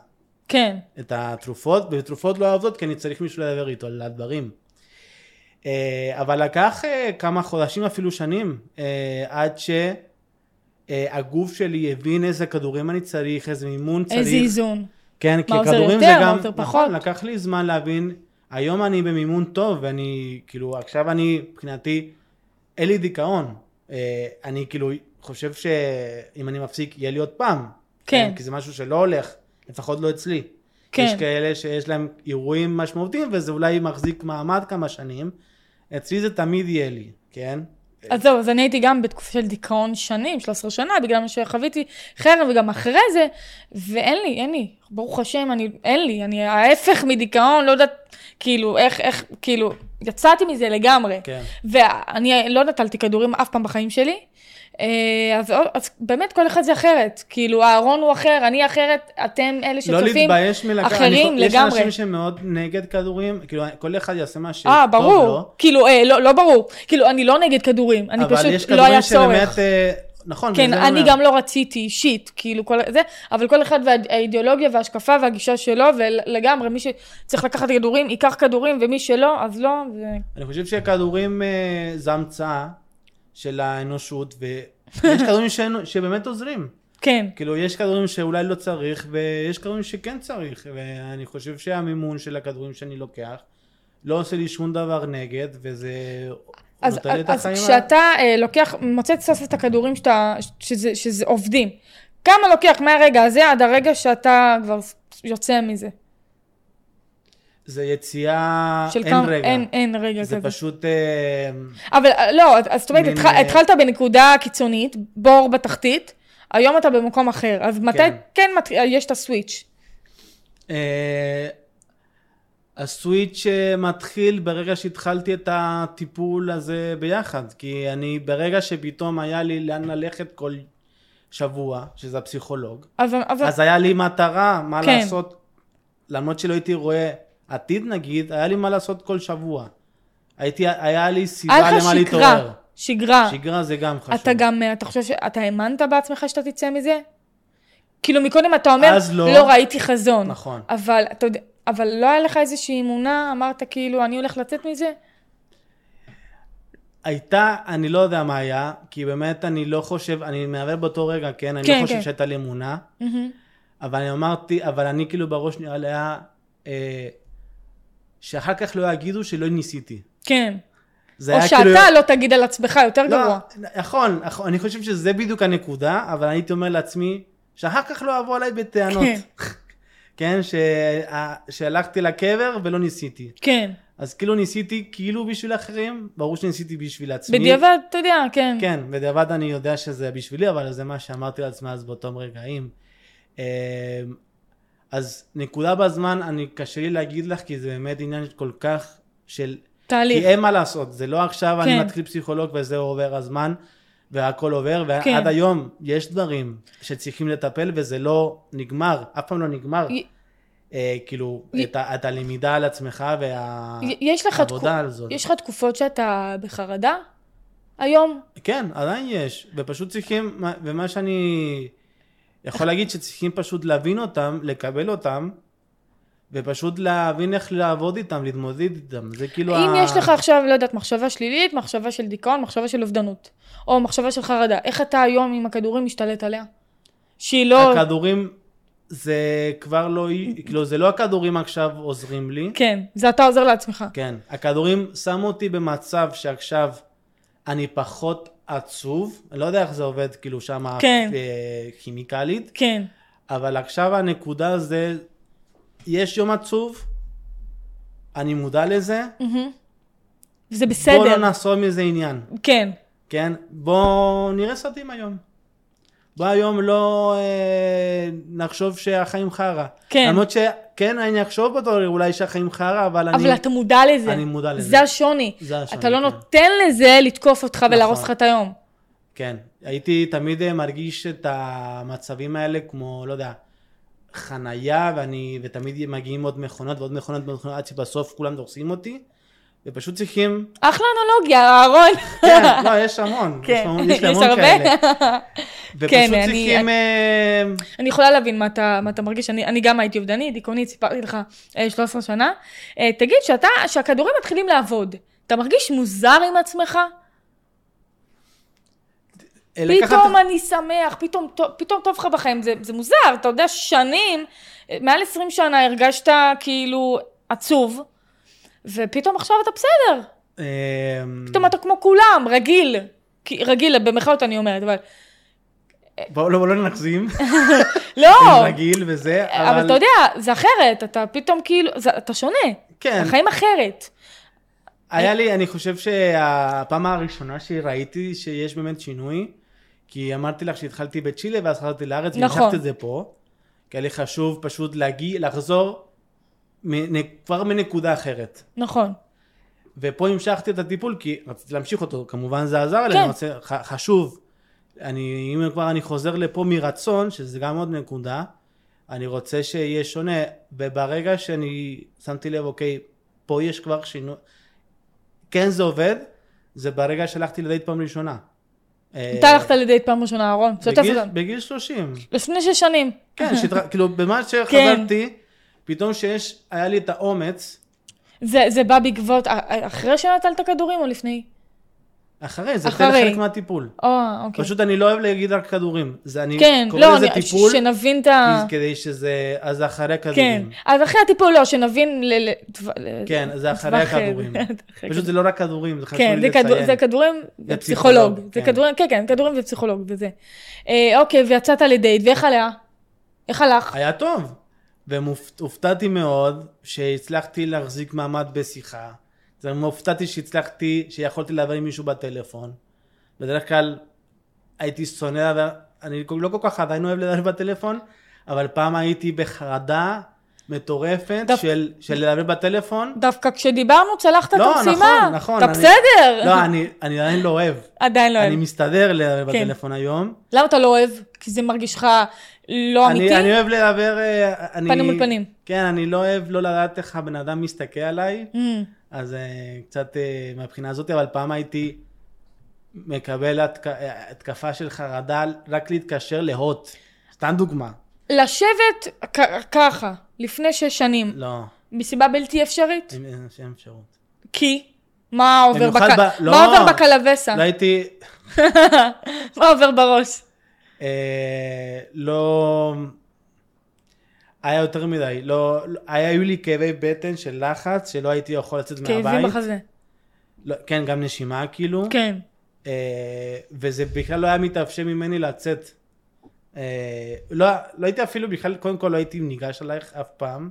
Speaker 2: כן.
Speaker 3: את התרופות, ותרופות לא עובדות כי אני צריך מישהו לדבר איתו על הדברים. אה, אבל לקח אה, כמה חודשים אפילו שנים אה, עד שהגוף שלי הבין איזה כדורים אני צריך, איזה מימון צריך.
Speaker 2: איזה איזון.
Speaker 3: כן, כי
Speaker 2: מה עוזר
Speaker 3: כדורים
Speaker 2: יותר,
Speaker 3: זה
Speaker 2: מה
Speaker 3: גם,
Speaker 2: עוזר פחות.
Speaker 3: נכון, לקח לי זמן להבין, היום אני במימון טוב, ואני, כאילו, עכשיו אני, מבחינתי, אין לי דיכאון. אה, אני כאילו חושב שאם אני מפסיק, יהיה לי עוד פעם.
Speaker 2: כן.
Speaker 3: כי זה משהו שלא הולך, לפחות לא אצלי.
Speaker 2: כן.
Speaker 3: יש כאלה שיש להם אירועים משמעותיים, וזה אולי מחזיק מעמד כמה שנים. אצלי זה תמיד יהיה לי, כן?
Speaker 2: אז זהו, אז אני הייתי גם בתקופה של דיכאון שנים, 13 שנה, בגלל מה שחוויתי חרם וגם אחרי זה, ואין לי, אין לי, ברוך השם, אני, אין לי, אני ההפך מדיכאון, לא יודעת, כאילו, איך, איך, כאילו, יצאתי מזה לגמרי.
Speaker 3: כן.
Speaker 2: ואני לא נטלתי כדורים אף פעם בחיים שלי, אה, אז, אז באמת כל אחד זה אחרת, כאילו, אהרון הוא אחר, אני אחרת, אתם אלה
Speaker 3: לא
Speaker 2: שצופים.
Speaker 3: להתבייש מלקחת,
Speaker 2: אחרים
Speaker 3: אני- יש
Speaker 2: לגמרי.
Speaker 3: אנשים שמאוד נגד כדורים, כאילו כל אחד יעשה מה שטוב לו.
Speaker 2: אה, ברור, כאילו, אה, לא, לא ברור, כאילו, אני לא נגד כדורים, אני
Speaker 3: אבל יש
Speaker 2: פשוט, לא היה
Speaker 3: כדורים
Speaker 2: צורך.
Speaker 3: שבאמת, אה, נכון,
Speaker 2: כן,
Speaker 3: בגלל זה
Speaker 2: אני
Speaker 3: אומר.
Speaker 2: גם לא רציתי אישית, כאילו כל זה, אבל כל אחד והאידיאולוגיה וההשקפה והגישה שלו, ולגמרי, מי שצריך לקחת כדורים, ייקח כדורים, ומי שלא, אז לא, ו...
Speaker 3: אני חושב שהכדורים אה, זה המצאה של האנושות, ויש כדורים שאין- שבאמת עוזרים.
Speaker 2: כן,
Speaker 3: כאילו, יש כדורים שאולי לא צריך, ויש כדורים שכן צריך, ואני חושב שהמימון של הכדורים שאני לוקח, לא עושה לי שום דבר נגד, וזה
Speaker 2: אז,
Speaker 3: נותן לי את
Speaker 2: אז
Speaker 3: החיים. ה-
Speaker 2: כשאתה אה, לוקח, מוצא את סוף את הכדורים שאתה, שזה, שזה עובדים, כמה לוקח מהרגע הזה עד הרגע שאתה כבר יוצא מזה?
Speaker 3: זה יציאה,
Speaker 2: של
Speaker 3: אה, אין
Speaker 2: כמה-
Speaker 3: רגע.
Speaker 2: אין, אין רגע
Speaker 3: זה
Speaker 2: כזה.
Speaker 3: פשוט... אה,
Speaker 2: אבל אה, לא, אז- אז זאת אומרת,
Speaker 3: מין,
Speaker 2: התח-
Speaker 3: אה,
Speaker 2: התחלת בנקודה קיצונית, בור בתחתית, היום אתה במקום אחר, אז מתי
Speaker 3: כן.
Speaker 2: כן מת- יש את הסוויץ'?
Speaker 3: אה, הסוויץ' אה, מתחיל ברגע שהתחלתי את הטיפול הזה ביחד, כי אני ברגע שפתאום היה לי לאן ללכת כל שבוע, שזה הפסיכולוג,
Speaker 2: אז, אז,
Speaker 3: אז היה לי מטרה, מה
Speaker 2: כן.
Speaker 3: לעשות, למרות שלא הייתי רואה עתיד נגיד, היה לי מה לעשות כל שבוע. הייתי, היה לי סיבה
Speaker 2: היה לך
Speaker 3: למה להתעורר.
Speaker 2: שגרה, שגרה.
Speaker 3: שגרה זה גם חשוב.
Speaker 2: אתה גם, אה, אתה חושב שאתה האמנת בעצמך שאתה תצא מזה? כאילו מקודם אתה אומר,
Speaker 3: אז לא.
Speaker 2: לא ראיתי חזון.
Speaker 3: נכון.
Speaker 2: אבל אתה יודע, אבל לא היה לך איזושהי אמונה, אמרת כאילו, אני הולך לצאת מזה?
Speaker 3: הייתה, אני לא יודע מה היה, כי באמת אני לא חושב, אני מהווה באותו רגע, כן? אני
Speaker 2: כן,
Speaker 3: לא חושב
Speaker 2: כן.
Speaker 3: שהייתה לי אמונה.
Speaker 2: מהמם.
Speaker 3: אבל אני אמרתי, אבל אני כאילו בראש נראה לי היה, אה, שאחר כך לא יגידו שלא ניסיתי.
Speaker 2: כן.
Speaker 3: זה
Speaker 2: או
Speaker 3: היה
Speaker 2: שאתה
Speaker 3: כאילו-
Speaker 2: לא תגיד על עצמך יותר
Speaker 3: לא,
Speaker 2: גרוע.
Speaker 3: נכון, נכון, אני חושב שזה בדיוק הנקודה, אבל הייתי אומר לעצמי, שאחר כך לא יבוא עליי בטענות.
Speaker 2: כן.
Speaker 3: כן, שה- שהלכתי לקבר ולא ניסיתי.
Speaker 2: כן.
Speaker 3: אז כאילו ניסיתי כאילו בשביל אחרים, ברור שניסיתי בשביל עצמי.
Speaker 2: בדיעבד, אתה יודע, כן.
Speaker 3: כן, בדיעבד אני יודע שזה בשבילי, אבל זה מה שאמרתי לעצמי אז באותם רגעים. אמ, אז נקודה בזמן, אני קשה לי להגיד לך, כי זה באמת עניין כל כך של...
Speaker 2: תהליך.
Speaker 3: כי אין מה לעשות, זה לא עכשיו אני
Speaker 2: כן.
Speaker 3: מתחיל פסיכולוג וזה עובר הזמן, והכל עובר,
Speaker 2: כן.
Speaker 3: ועד היום יש דברים שצריכים לטפל וזה לא נגמר, אף פעם לא נגמר.
Speaker 2: י-
Speaker 3: אה, כאילו,
Speaker 2: י-
Speaker 3: את ה- את הלמידה על עצמך וה...
Speaker 2: י- יש לך
Speaker 3: עבודה
Speaker 2: תקופ-
Speaker 3: על זאת.
Speaker 2: יש לך תקופות שאתה בחרדה? היום?
Speaker 3: כן, עדיין יש, ופשוט צריכים, ומה שאני יכול להגיד שצריכים פשוט להבין אותם, לקבל אותם, ופשוט להבין איך לעבוד איתם, להתמודד איתם. זה כאילו...
Speaker 2: אם
Speaker 3: ה-
Speaker 2: יש לך עכשיו, לא יודעת, מחשבה שלילית, מחשבה של דיכאון, מחשבה של אובדנות, או מחשבה של חרדה, איך אתה היום עם הכדורים משתלט עליה? שהיא לא...
Speaker 3: הכדורים, זה כבר לא... כאילו, זה לא הכדורים עכשיו עוזרים לי.
Speaker 2: כן, זה אתה עוזר לעצמך.
Speaker 3: כן. הכדורים שמו אותי במצב שעכשיו אני פחות עצוב. אני לא יודע איך זה עובד, כאילו, שם
Speaker 2: כן.
Speaker 3: אה, כימיקלית.
Speaker 2: כן.
Speaker 3: אבל עכשיו הנקודה זה, יש יום עצוב, אני מודע לזה,
Speaker 2: מהמם. וזה
Speaker 3: בוא לא
Speaker 2: בסדר.
Speaker 3: נעשור מזה עניין,
Speaker 2: כן.
Speaker 3: כן? בוא נראה סרטים היום. בוא היום לא אה, נחשוב שהחיים חרא.
Speaker 2: כן.
Speaker 3: למרות שכן, אני אחשוב אותו אולי שהחיים חרא, אבל,
Speaker 2: אבל
Speaker 3: אני...
Speaker 2: אתה מודע לזה.
Speaker 3: אני מודע לזה.
Speaker 2: זה השוני.
Speaker 3: זה השוני,
Speaker 2: אתה לא
Speaker 3: כן.
Speaker 2: נותן לזה לתקוף אותך ולהרוס לך
Speaker 3: נכון.
Speaker 2: את היום.
Speaker 3: כן. הייתי תמיד אה, מרגיש את המצבים האלה כמו, לא יודע, חנייה, ואני, ותמיד מגיעים עוד מכונות ועוד מכונות ועוד מכונות, עד שבסוף כולם דורסים אותי, ופשוט צריכים
Speaker 2: אחלה אנלוגיה, אהרון.
Speaker 3: כן, לא, יש המון.
Speaker 2: כן,
Speaker 3: יש המון- יש לי
Speaker 2: יש
Speaker 3: המון
Speaker 2: הרבה.
Speaker 3: כאלה.
Speaker 2: כן,
Speaker 3: ופשוט
Speaker 2: אני-
Speaker 3: צריכים... אה,
Speaker 2: אני יכולה להבין מה אתה, מה אתה מרגיש, אני, אני גם הייתי אובדנית, דיכאונית, סיפרתי לך אה, 13 שנה. אה, תגיד, שאתה, שהכדורים מתחילים לעבוד, אתה מרגיש מוזר עם עצמך?
Speaker 3: אה, לקחת-
Speaker 2: פתאום אני שמח, פתאום, טוב- פתאום טוב לך בחיים, זה, זה מוזר, אתה יודע, שנים, אה, מעל 20 שנה הרגשת כאילו עצוב, ופתאום עכשיו אתה בסדר.
Speaker 3: אה,
Speaker 2: פתאום אתה כמו כולם, רגיל. כי- רגיל, במרכאות אני אומרת, אבל...
Speaker 3: בואו לא לא נגזים,
Speaker 2: לא!
Speaker 3: אני רגיל וזה,
Speaker 2: אה, אבל אתה יודע, זה אחרת, אתה פתאום כאילו, זה, אתה שונה,
Speaker 3: כן,
Speaker 2: החיים אחרת.
Speaker 3: היה לי, אני חושב שהפעם הראשונה שראיתי שיש באמת שינוי, כי אמרתי לך שהתחלתי בצ'ילה ואז חזרתי לארץ,
Speaker 2: נכון.
Speaker 3: והמשכתי את זה פה, כי היה לי חשוב פשוט להגיע, לחזור מנ- כבר מנקודה אחרת.
Speaker 2: נכון.
Speaker 3: אה, ופה המשכתי את הטיפול כי רציתי להמשיך אותו, כמובן זה עזר לי,
Speaker 2: כן.
Speaker 3: אני רוצה, ח, חשוב. אני, אם כבר אני חוזר לפה מרצון, שזה גם עוד נקודה, אני רוצה שיהיה שונה, וברגע שאני שמתי לב, אוקיי, פה יש כבר שינוי, כן זה עובד, זה ברגע שהלכתי לדייט פעם ראשונה. אה,
Speaker 2: אתה הלכת לדייט פעם ראשונה, אהרון, שתף
Speaker 3: בגיל,
Speaker 2: אותנו.
Speaker 3: בגיל 30.
Speaker 2: לפני שש שנים.
Speaker 3: כן, שתר... כאילו, במה
Speaker 2: כן.
Speaker 3: שחזרתי, פתאום שיש, היה לי את האומץ,
Speaker 2: זה, זה בא בעקבות, א- א- אחרי שנטלת כדורים או לפני?
Speaker 3: אחרי, זה
Speaker 2: אחרי.
Speaker 3: חלק מהטיפול.
Speaker 2: או, אוקיי.
Speaker 3: פשוט אני לא אוהב להגיד רק כדורים. זה אני
Speaker 2: כן,
Speaker 3: קורא
Speaker 2: לא,
Speaker 3: לזה
Speaker 2: אני- ש-
Speaker 3: טיפול,
Speaker 2: שנבין את ה...
Speaker 3: כי- כדי שזה... אז זה אחרי
Speaker 2: כן.
Speaker 3: הכדורים.
Speaker 2: אז אחרי הטיפול, לא, שנבין ל... ל- דב- ל-
Speaker 3: כן, זה אחרי
Speaker 2: טווח, אה,
Speaker 3: הכדורים.
Speaker 2: אחרי
Speaker 3: פשוט זה לא רק כדורים, זה חשוב
Speaker 2: כן,
Speaker 3: לי
Speaker 2: זה, כדור,
Speaker 3: לציין.
Speaker 2: זה כדורים
Speaker 3: ופסיכולוג,
Speaker 2: ופסיכולוג. זה
Speaker 3: כן.
Speaker 2: כדורים, כן, כן, כדורים ופסיכולוג וזה. אה, אוקיי, ויצאת לדייט, ואיך עליה? איך הלך?
Speaker 3: היה טוב. והופתעתי מאוד שהצלחתי להחזיק מעמד בשיחה. זה גם הופתעתי שהצלחתי, שיכולתי לדבר עם מישהו בטלפון. בדרך כלל הייתי שונא, אבל אני לא כל כך עדיין אוהב לדבר בטלפון, אבל פעם הייתי בחרדה מטורפת
Speaker 2: דווקא-
Speaker 3: של, של לדבר בטלפון.
Speaker 2: דווקא כשדיברנו צלחת את
Speaker 3: לא,
Speaker 2: המשימה.
Speaker 3: נכון, נכון,
Speaker 2: אתה
Speaker 3: אני-
Speaker 2: בסדר?
Speaker 3: לא, אני, אני עדיין לא אוהב.
Speaker 2: עדיין לא
Speaker 3: אני
Speaker 2: אוהב.
Speaker 3: מסתדר לדבר
Speaker 2: כן.
Speaker 3: בטלפון היום.
Speaker 2: למה אתה לא אוהב? כי זה מרגיש לך לא אמיתי?
Speaker 3: אני, אני אוהב לדבר... אה, אני,
Speaker 2: פנים מול פנים.
Speaker 3: כן, אני לא אוהב לא לדעת איך הבן אדם מסתכל עליי,
Speaker 2: אמ,
Speaker 3: אז אה, קצת אה, מהבחינה הזאת, אבל פעם הייתי מקבל התק, אה, התקפה של חרדה רק להתקשר להוט. סתם דוגמה.
Speaker 2: לשבת כ- ככה, לפני שש שנים,
Speaker 3: לא,
Speaker 2: מסיבה בלתי אפשרית?
Speaker 3: אין- אין אין אפשרות.
Speaker 2: כי? מה עובר
Speaker 3: במיוחד
Speaker 2: בק-
Speaker 3: ב- לא.
Speaker 2: מה עובר בקלווסה?
Speaker 3: לא הייתי...
Speaker 2: מה עובר בראש?
Speaker 3: אה, לא... היה יותר מדי, לא, לא- היו לי כאבי בטן של לחץ שלא הייתי יכול לצאת
Speaker 2: כאבים
Speaker 3: מהבית,
Speaker 2: בחזה.
Speaker 3: לא, כן גם נשימה כאילו,
Speaker 2: כן.
Speaker 3: אה, וזה בכלל לא היה מתאפשר ממני לצאת, אה, לא, לא הייתי אפילו בכלל, קודם כל לא הייתי ניגש אלייך אף פעם,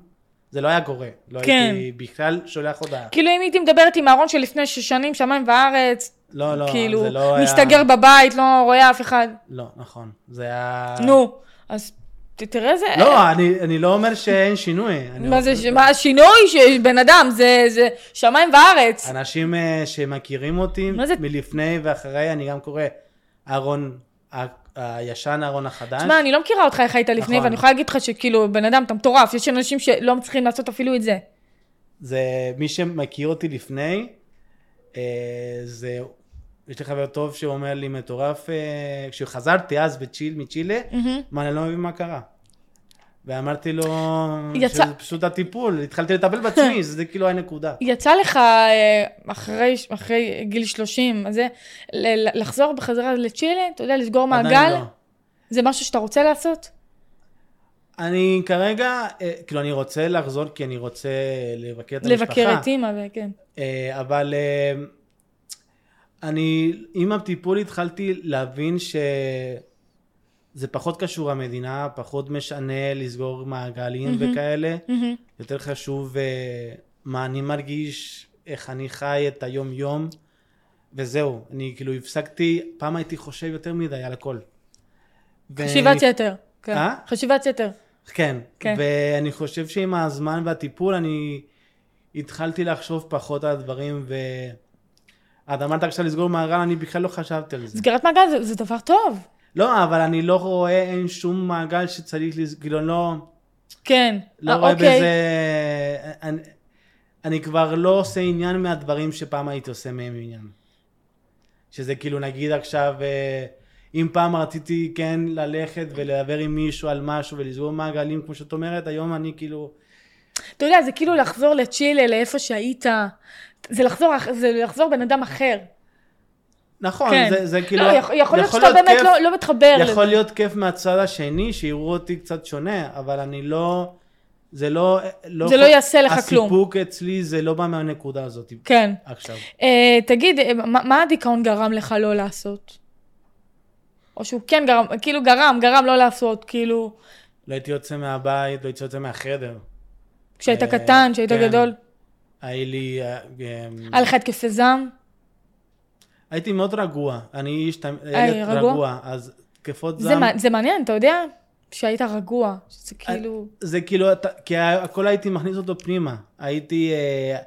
Speaker 3: זה לא היה קורה, לא
Speaker 2: כן.
Speaker 3: הייתי בכלל שולח הודעה,
Speaker 2: כאילו אם הייתי מדברת עם אהרון שלפני שש שנים, שמיים וארץ,
Speaker 3: לא לא,
Speaker 2: כאילו,
Speaker 3: זה לא היה,
Speaker 2: מסתגר בבית, לא רואה אף אחד.
Speaker 3: לא נכון, זה היה,
Speaker 2: נו, אז ת- תראה איזה... אה,
Speaker 3: לא אני, אני לא אומר שאין שינוי, אני
Speaker 2: מה זה, ש- מה השינוי של בן אדם, זה זה שמיים וארץ.
Speaker 3: אנשים אה, שמכירים אותי
Speaker 2: מה זה?
Speaker 3: מלפני ואחרי, אני גם קורא אהרון ה- הישן, אהרון החדש.
Speaker 2: תשמע, אני לא מכירה אותך איך היית לפני,
Speaker 3: נכון.
Speaker 2: ואני יכולה להגיד לך שכאילו, בן אדם, אתה מטורף, יש אנשים שלא מצליחים לעשות אפילו את זה.
Speaker 3: זה מי שמכיר אותי לפני, אה, זה, יש לי חבר טוב שאומר לי מטורף, אה, כשחזרתי אז בצ'יל, מצ'ילה,
Speaker 2: מהמם.
Speaker 3: מה, אני לא מבין מה קרה. ואמרתי לו
Speaker 2: יצא-
Speaker 3: שזה פשוט הטיפול, התחלתי לטפל בעצמי, זה כאילו הנקודה.
Speaker 2: יצא לך אה, אחרי, אחרי גיל 30, אז זה, ל- ל- לחזור בחזרה לצ'ילה, אתה יודע, לסגור מעגל?
Speaker 3: עדיין לא.
Speaker 2: זה משהו שאתה רוצה לעשות?
Speaker 3: אני כרגע, אה, כאילו אני רוצה לחזור כי אני רוצה לבקר את המשפחה.
Speaker 2: לבקר את אימא, וכן.
Speaker 3: אה, אבל אה, אני, עם הטיפול התחלתי להבין שזה פחות קשור המדינה, פחות משנה לסגור מעגלים
Speaker 2: מהמם.
Speaker 3: וכאלה.
Speaker 2: מהמם.
Speaker 3: יותר חשוב אה, מה אני מרגיש, איך אני חי את היום יום, וזהו. אני כאילו הפסקתי, פעם הייתי חושב יותר מדי על הכל. ו-
Speaker 2: חשיבת יתר. כן.
Speaker 3: אה?
Speaker 2: חשיבת יתר.
Speaker 3: כן.
Speaker 2: כן.
Speaker 3: כן. ואני חושב שעם הזמן והטיפול אני התחלתי לחשוב פחות על הדברים, ו... את אמרת עכשיו לסגור מעגל, אני בכלל לא חשבתי על זה.
Speaker 2: סגירת מעגל זה, זה דבר טוב.
Speaker 3: לא, אבל אני לא רואה, אין שום מעגל שצריך לסגור, כאילו, אני לא...
Speaker 2: כן.
Speaker 3: לא
Speaker 2: אה,
Speaker 3: רואה
Speaker 2: אוקיי.
Speaker 3: בזה... אני, אני כבר לא עושה עניין מהדברים שפעם הייתי עושה מהם עניין. שזה כאילו, נגיד עכשיו, אה, אם פעם רציתי כן ללכת ולדבר עם מישהו על משהו ולסגור מעגלים, כמו שאת אומרת, היום אני כאילו...
Speaker 2: אתה יודע, זה כאילו לחזור לצ'ילה, לאיפה שהיית. זה לחזור, אח- זה לחזור בן אדם אחר.
Speaker 3: נכון,
Speaker 2: כן.
Speaker 3: זה, זה כאילו...
Speaker 2: לא, יכול, יכול להיות שאתה באמת
Speaker 3: כיף,
Speaker 2: לא, לא מתחבר. לזה.
Speaker 3: יכול להיות כיף מהצד השני, שיראו אותי קצת שונה, אבל אני לא... זה לא...
Speaker 2: זה לא יעשה לך כלום.
Speaker 3: הסיפוק אצלי זה לא בא מהנקודה הזאת
Speaker 2: כן.
Speaker 3: עכשיו.
Speaker 2: אה, תגיד, אה, מה, מה הדיכאון גרם לך לא לעשות? או שהוא כן גרם, כאילו גרם, גרם לא לעשות, כאילו,
Speaker 3: לא הייתי יוצא מהבית, לא הייתי יוצא מהחדר.
Speaker 2: כשהיית
Speaker 3: אה,
Speaker 2: קטן, כשהיית
Speaker 3: כן.
Speaker 2: גדול,
Speaker 3: היה לי... אה, אמ,
Speaker 2: היה לך התקפי זעם?
Speaker 3: הייתי מאוד רגוע. אני איש... תמ-
Speaker 2: אה,
Speaker 3: ילד
Speaker 2: רגוע?
Speaker 3: רגוע, אז תקפות
Speaker 2: זה,
Speaker 3: זעם... אה,
Speaker 2: מע- זה מעניין, אתה יודע? שהיית רגוע, שזה כאילו...
Speaker 3: זה כאילו... אתה- כי ה- הכל הייתי מכניס אותו פנימה. הייתי... אה,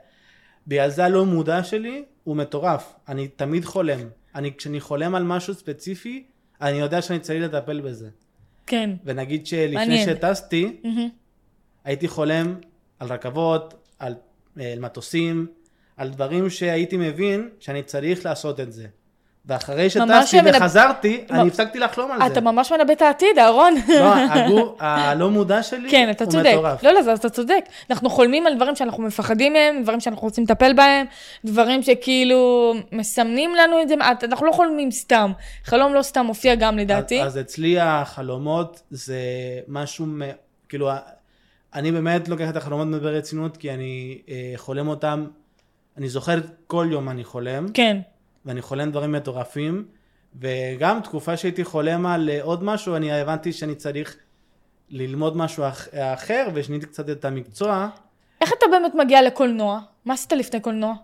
Speaker 3: בגלל זה הלא מודע שלי הוא מטורף. אני תמיד חולם. אני, כשאני חולם על משהו ספציפי, אני יודע שאני צריך לטפל בזה.
Speaker 2: כן.
Speaker 3: ונגיד שלפני
Speaker 2: מעניין.
Speaker 3: שטסתי,
Speaker 2: מהמם.
Speaker 3: הייתי חולם על רכבות, על, אה, על מטוסים, על דברים שהייתי מבין שאני צריך לעשות את זה. ואחרי
Speaker 2: ממש
Speaker 3: שטסתי
Speaker 2: מנב-
Speaker 3: וחזרתי,
Speaker 2: מ-
Speaker 3: אני הפסקתי לחלום על זה.
Speaker 2: אתה ממש מנבא את העתיד, אהרון.
Speaker 3: לא, הגור, הלא מודע שלי
Speaker 2: כן, אתה
Speaker 3: הוא
Speaker 2: צודק.
Speaker 3: מטורף.
Speaker 2: לא, לא, זה- אתה צודק. אנחנו חולמים על דברים שאנחנו מפחדים מהם, דברים שאנחנו רוצים לטפל בהם, דברים שכאילו מסמנים לנו את זה, את- אנחנו לא חולמים סתם. חלום לא סתם מופיע גם לדעתי.
Speaker 3: אז, אז אצלי החלומות זה משהו, מ... כאילו, ה- אני באמת לוקח את החלומות ברצינות, כי אני אה, חולם אותם, אני זוכר כל יום אני חולם.
Speaker 2: כן.
Speaker 3: ואני חולם דברים מטורפים, וגם תקופה שהייתי חולם על אה, עוד משהו, אני הבנתי שאני צריך ללמוד משהו אח- אחר, ושיניתי קצת את המקצוע,
Speaker 2: איך אתה באמת מגיע לקולנוע? מה עשית לפני קולנוע?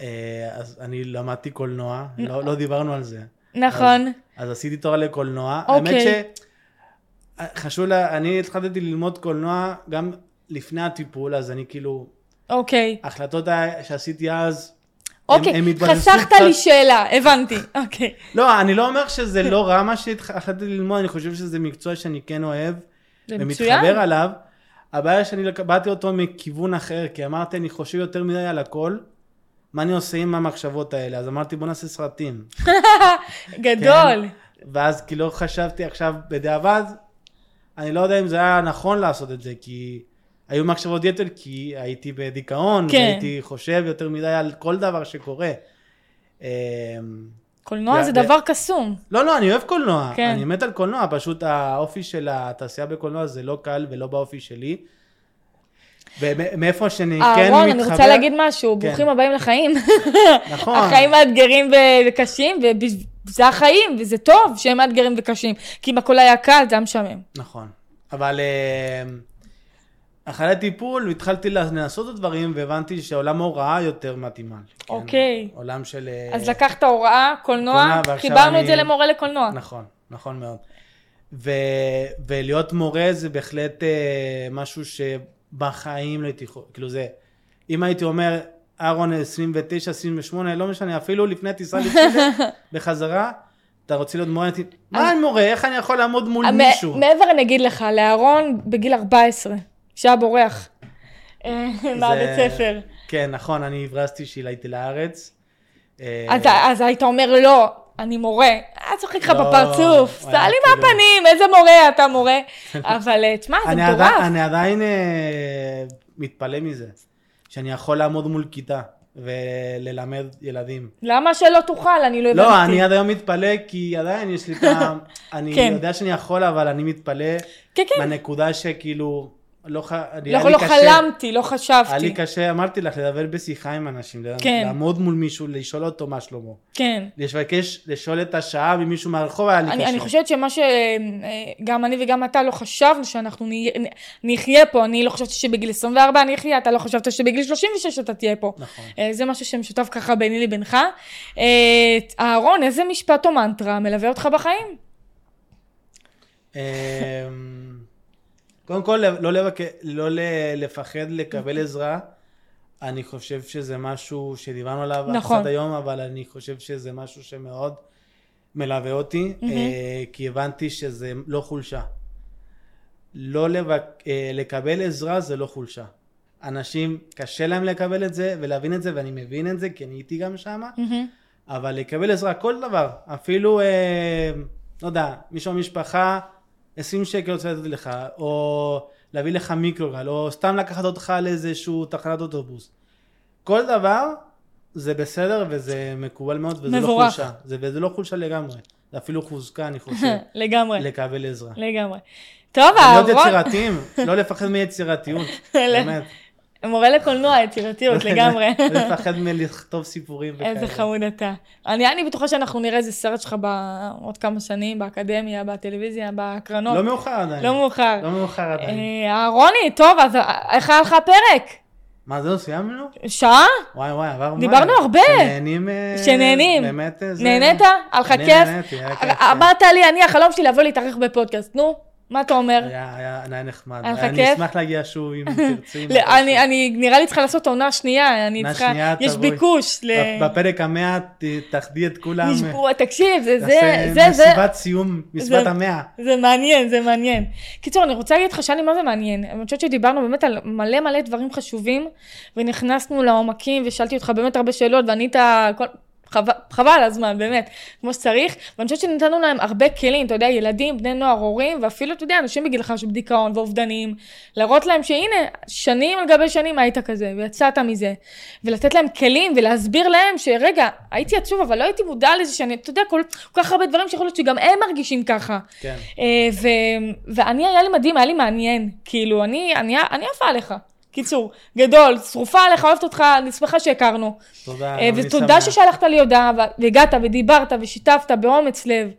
Speaker 3: אה, אז אני למדתי קולנוע, לא, לא דיברנו על זה.
Speaker 2: נכון.
Speaker 3: אז עשיתי תואר לקולנוע.
Speaker 2: אוקיי.
Speaker 3: האמת ש... חשוב לה, אני התחלתי ללמוד קולנוע גם לפני הטיפול, אז אני כאילו,
Speaker 2: אוקיי.
Speaker 3: ההחלטות ה- שעשיתי אז,
Speaker 2: אוקיי,
Speaker 3: הם התבססו
Speaker 2: חסכת
Speaker 3: קצת-
Speaker 2: לי שאלה, הבנתי. אוקיי.
Speaker 3: לא, אני לא אומר שזה לא רע מה שהחלטתי ללמוד, אני חושב שזה מקצוע שאני כן אוהב.
Speaker 2: זה מצוין.
Speaker 3: ומתחבר עליו. הבעיה שאני לק- באתי אותו מכיוון אחר, כי אמרתי, אני חושב יותר מדי על הכל, מה אני עושה עם המחשבות האלה? אז אמרתי, בוא נעשה סרטים.
Speaker 2: גדול.
Speaker 3: כן. ואז כי לא חשבתי עכשיו, בדיעבד, אני לא יודע אם זה היה נכון לעשות את זה, כי היו מחשבות יתר, כי הייתי בדיכאון,
Speaker 2: כן.
Speaker 3: והייתי חושב יותר מדי על כל דבר שקורה. אמ,
Speaker 2: קולנוע
Speaker 3: ו-
Speaker 2: זה
Speaker 3: ו-
Speaker 2: דבר קסום.
Speaker 3: לא, לא, אני אוהב קולנוע.
Speaker 2: כן.
Speaker 3: כן. אני מת על קולנוע, פשוט האופי של התעשייה בקולנוע זה לא קל ולא באופי שלי. ומאיפה שאני כן מתחבר...
Speaker 2: אהרון, אה, אני רוצה להגיד משהו, ברוכים הבאים לחיים.
Speaker 3: נכון.
Speaker 2: החיים מאתגרים ו- וקשים, וזה החיים, וזה טוב שהם מאתגרים וקשים. כי אם הכל היה קל, זה היה משעמם.
Speaker 3: נכון. אבל אה, אחרי הטיפול התחלתי לנסות את הדברים, והבנתי שעולם ההוראה יותר מתאימה. לי, כן?
Speaker 2: אוקיי.
Speaker 3: עולם של... אה,
Speaker 2: אז לקחת הוראה, קולנוע,
Speaker 3: קולנוע, ועכשיו
Speaker 2: חיברנו את
Speaker 3: אני-
Speaker 2: זה למורה לקולנוע.
Speaker 3: נכון, נכון מאוד. ו... ולהיות מורה זה בהחלט אה, משהו שבחיים לא הייתי יכול, כאילו זה, אם הייתי אומר, אהרון 29, 28, לא משנה, אפילו לפני הטיסה לפני בחזרה, אתה רוצה להיות מורה, הייתי, מה אני מורה, איך אני יכול לעמוד מול
Speaker 2: המ-
Speaker 3: מישהו?
Speaker 2: מעבר אני אגיד לך, לאהרון בגיל 14, שהיה בורח אה, מהבית
Speaker 3: זה-
Speaker 2: ספר.
Speaker 3: כן, נכון, אני הברזתי שהילדתי לארץ. אה,
Speaker 2: אז- אז היית אומר לא, אני מורה. אה, צוחק לך
Speaker 3: לא,
Speaker 2: בפרצוף.
Speaker 3: הוא
Speaker 2: סע
Speaker 3: היה
Speaker 2: לי
Speaker 3: כאילו-
Speaker 2: מהפנים, איזה מורה אתה מורה. אבל אה, תשמע, זה
Speaker 3: אני
Speaker 2: מטורף.
Speaker 3: עדיין- אני עדיין אה, מתפלא מזה, שאני יכול לעמוד מול כיתה וללמד ילדים.
Speaker 2: למה שלא תוכל? אני לא הבנתי.
Speaker 3: לא, אני עד היום מתפלא, כי עדיין יש לי את ה... אני
Speaker 2: כן.
Speaker 3: יודע שאני יכול, אבל אני מתפלא
Speaker 2: כן, כן.
Speaker 3: מהנקודה שכאילו, לא ח... היה
Speaker 2: לא
Speaker 3: לי
Speaker 2: לא
Speaker 3: קשה-
Speaker 2: חלמתי, לא
Speaker 3: היה לי
Speaker 2: חשבתי.
Speaker 3: קשה, אמרתי לך, לדבר בשיחה עם אנשים,
Speaker 2: כן.
Speaker 3: לעמוד מול מישהו, לשאול אותו מה שלמה.
Speaker 2: כן.
Speaker 3: לבקש, לשאול את השעה ממישהו מהרחוב, היה לי
Speaker 2: אני,
Speaker 3: קשה.
Speaker 2: אני חושבת שמה שגם אני וגם אתה לא חשבנו שאנחנו נה- נחיה פה, אני לא חשבתי שבגיל 24 אני אחיה, אתה לא חשבת שבגיל 36 אתה תהיה פה.
Speaker 3: נכון.
Speaker 2: אה, זה משהו שמשותף ככה ביני לבינך. אה, אהרון, איזה משפט או מנטרה מלווה אותך בחיים?
Speaker 3: אמ, קודם כל, לא, לבק... לא ל... לפחד
Speaker 2: אוקיי.
Speaker 3: לקבל עזרה. אני חושב שזה משהו שדיברנו עליו
Speaker 2: נכון.
Speaker 3: קצת היום, אבל אני חושב שזה משהו שמאוד מלווה אותי,
Speaker 2: מהמם.
Speaker 3: אה, כי הבנתי שזה לא חולשה. לא לבק... אה, לקבל עזרה זה לא חולשה. אנשים, קשה להם לקבל את זה ולהבין את זה, ואני מבין את זה, כי אני הייתי גם שמה. אבל לקבל עזרה, כל דבר, אפילו, אה, לא יודע, מישהו במשפחה, 20 שקל רוצה לתת לך, או להביא לך מיקרוגל, או סתם לקחת אותך לאיזשהו תחנת אוטובוס. כל דבר זה בסדר וזה מקובל מאוד, וזה
Speaker 2: מבורך.
Speaker 3: לא חולשה. זה, וזה לא חולשה לגמרי, זה אפילו חוזקה, אני חושב,
Speaker 2: לגמרי,
Speaker 3: לקבל עזרה.
Speaker 2: לגמרי. טוב,
Speaker 3: להיות
Speaker 2: אהרון,
Speaker 3: יצירתיים, לא לפחד מיצירתיות,
Speaker 2: אלה.
Speaker 3: באמת.
Speaker 2: מורה לקולנוע, יצירתיות לגמרי.
Speaker 3: לא לפחד מלכתוב סיפורים
Speaker 2: איזה חמוד אתה. אני, אני בטוחה שאנחנו נראה איזה סרט שלך בעוד כמה שנים, באקדמיה, בטלוויזיה, בהקרנות.
Speaker 3: לא מאוחר עדיין.
Speaker 2: לא מאוחר.
Speaker 3: לא מאוחר עדיין.
Speaker 2: אה, אהרוני, טוב, אז אה, איך היה לך הפרק?
Speaker 3: מה זהו, סיימנו?
Speaker 2: שעה?
Speaker 3: וואי וואי, עבר מהר.
Speaker 2: דיברנו הרבה.
Speaker 3: שנהנים. אה,
Speaker 2: שנהנים.
Speaker 3: באמת אה, זה...
Speaker 2: נהנית? היה לך
Speaker 3: אני
Speaker 2: כיף?
Speaker 3: נהניתי, היה כיף,
Speaker 2: אה,
Speaker 3: כן.
Speaker 2: אמרת לי, אני, החלום שלי לבוא להתארח בפודקאסט. נו, מה אתה אומר?
Speaker 3: היה היה- היה נחמד.
Speaker 2: היה לך
Speaker 3: אני
Speaker 2: כיף?
Speaker 3: אשמח להגיע שוב אם תרצי. אם
Speaker 2: לא,
Speaker 3: תרצי.
Speaker 2: אני, אני נראה לי צריכה לעשות עונה שנייה, אני
Speaker 3: עונה
Speaker 2: צריכה,
Speaker 3: שנייה,
Speaker 2: יש
Speaker 3: תבואי.
Speaker 2: ביקוש ל...
Speaker 3: ב- בפרק המאה ת- תחדי את כולם. אה,
Speaker 2: נשבוע, תקשיב, זה, זה,
Speaker 3: תעשה
Speaker 2: זה, זה,
Speaker 3: מסיבת סיום, מסיבת
Speaker 2: זה-
Speaker 3: המאה.
Speaker 2: זה מעניין, זה מעניין. קיצור, אני רוצה להגיד לך שאני מה זה מעניין. אני חושבת שדיברנו באמת על מלא מלא דברים חשובים, ונכנסנו לעומקים, ושאלתי אותך באמת הרבה שאלות, וענית כל... חבל, חבל הזמן, באמת, כמו שצריך. ואני חושבת שנתנו להם הרבה כלים, אתה יודע, ילדים, בני נוער, הורים, ואפילו, אתה יודע, אנשים בגילך שבדיכאון ואובדניים, להראות להם שהנה, שנים על גבי שנים היית כזה, ויצאת מזה. ולתת להם כלים, ולהסביר להם שרגע, הייתי עצוב, אבל לא הייתי מודע לזה שאני, אתה יודע, כל, כל כך הרבה דברים שיכול להיות שגם הם מרגישים ככה.
Speaker 3: כן.
Speaker 2: אה, ו, ואני, היה לי מדהים, היה לי מעניין. כאילו, אני, אני, אני עפה עליך. קיצור, גדול, שרופה עליך, אוהבת אותך, אני שמחה שהכרנו.
Speaker 3: תודה.
Speaker 2: אה,
Speaker 3: אני
Speaker 2: ותודה
Speaker 3: שמח.
Speaker 2: ששלחת לי הודעה, ו- והגעת ודיברת ושיתפת באומץ לב.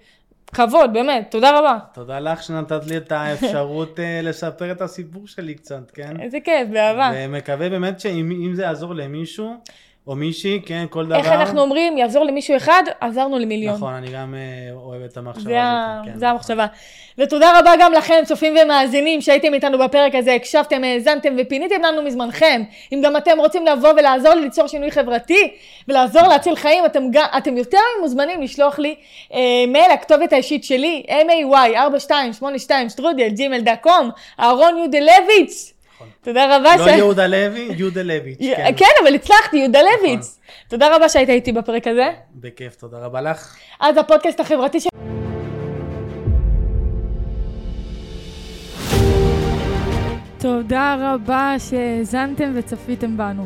Speaker 2: כבוד, באמת, תודה רבה.
Speaker 3: תודה לך שנתת לי את האפשרות אה, לספר את הסיפור שלי קצת, כן?
Speaker 2: איזה כיף, באהבה.
Speaker 3: ומקווה באמת שאם אם זה יעזור למישהו, או מישהי, כן, כל דבר.
Speaker 2: איך אנחנו אומרים, יעזור למישהו אחד, עזרנו למיליון.
Speaker 3: נכון, אני גם אה, אוהב את המחשבה הזאת.
Speaker 2: זה, ה...
Speaker 3: כן.
Speaker 2: זה המחשבה. ותודה רבה גם לכם, צופים ומאזינים, שהייתם איתנו בפרק הזה, הקשבתם, האזנתם ופיניתם לנו מזמנכם. אם גם אתם רוצים לבוא ולעזור לי ליצור שינוי חברתי ולעזור להציל חיים, אתם, גם, אתם יותר ממוזמנים לשלוח לי אה, מייל לכתובת האישית שלי, may4282-strudel.gmail.com, אהרון יודלביץ. תודה רבה.
Speaker 3: לא
Speaker 2: ש-
Speaker 3: יהודה לוי, יהודה לביץ', כן. נכון.
Speaker 2: כן, אבל הצלחתי, יודלביץ. תודה רבה שהיית איתי בפרק הזה.
Speaker 3: בכיף, תודה רבה לך.
Speaker 2: אז הפודקאסט החברתי של... תודה רבה שהאזנתם וצפיתם בנו.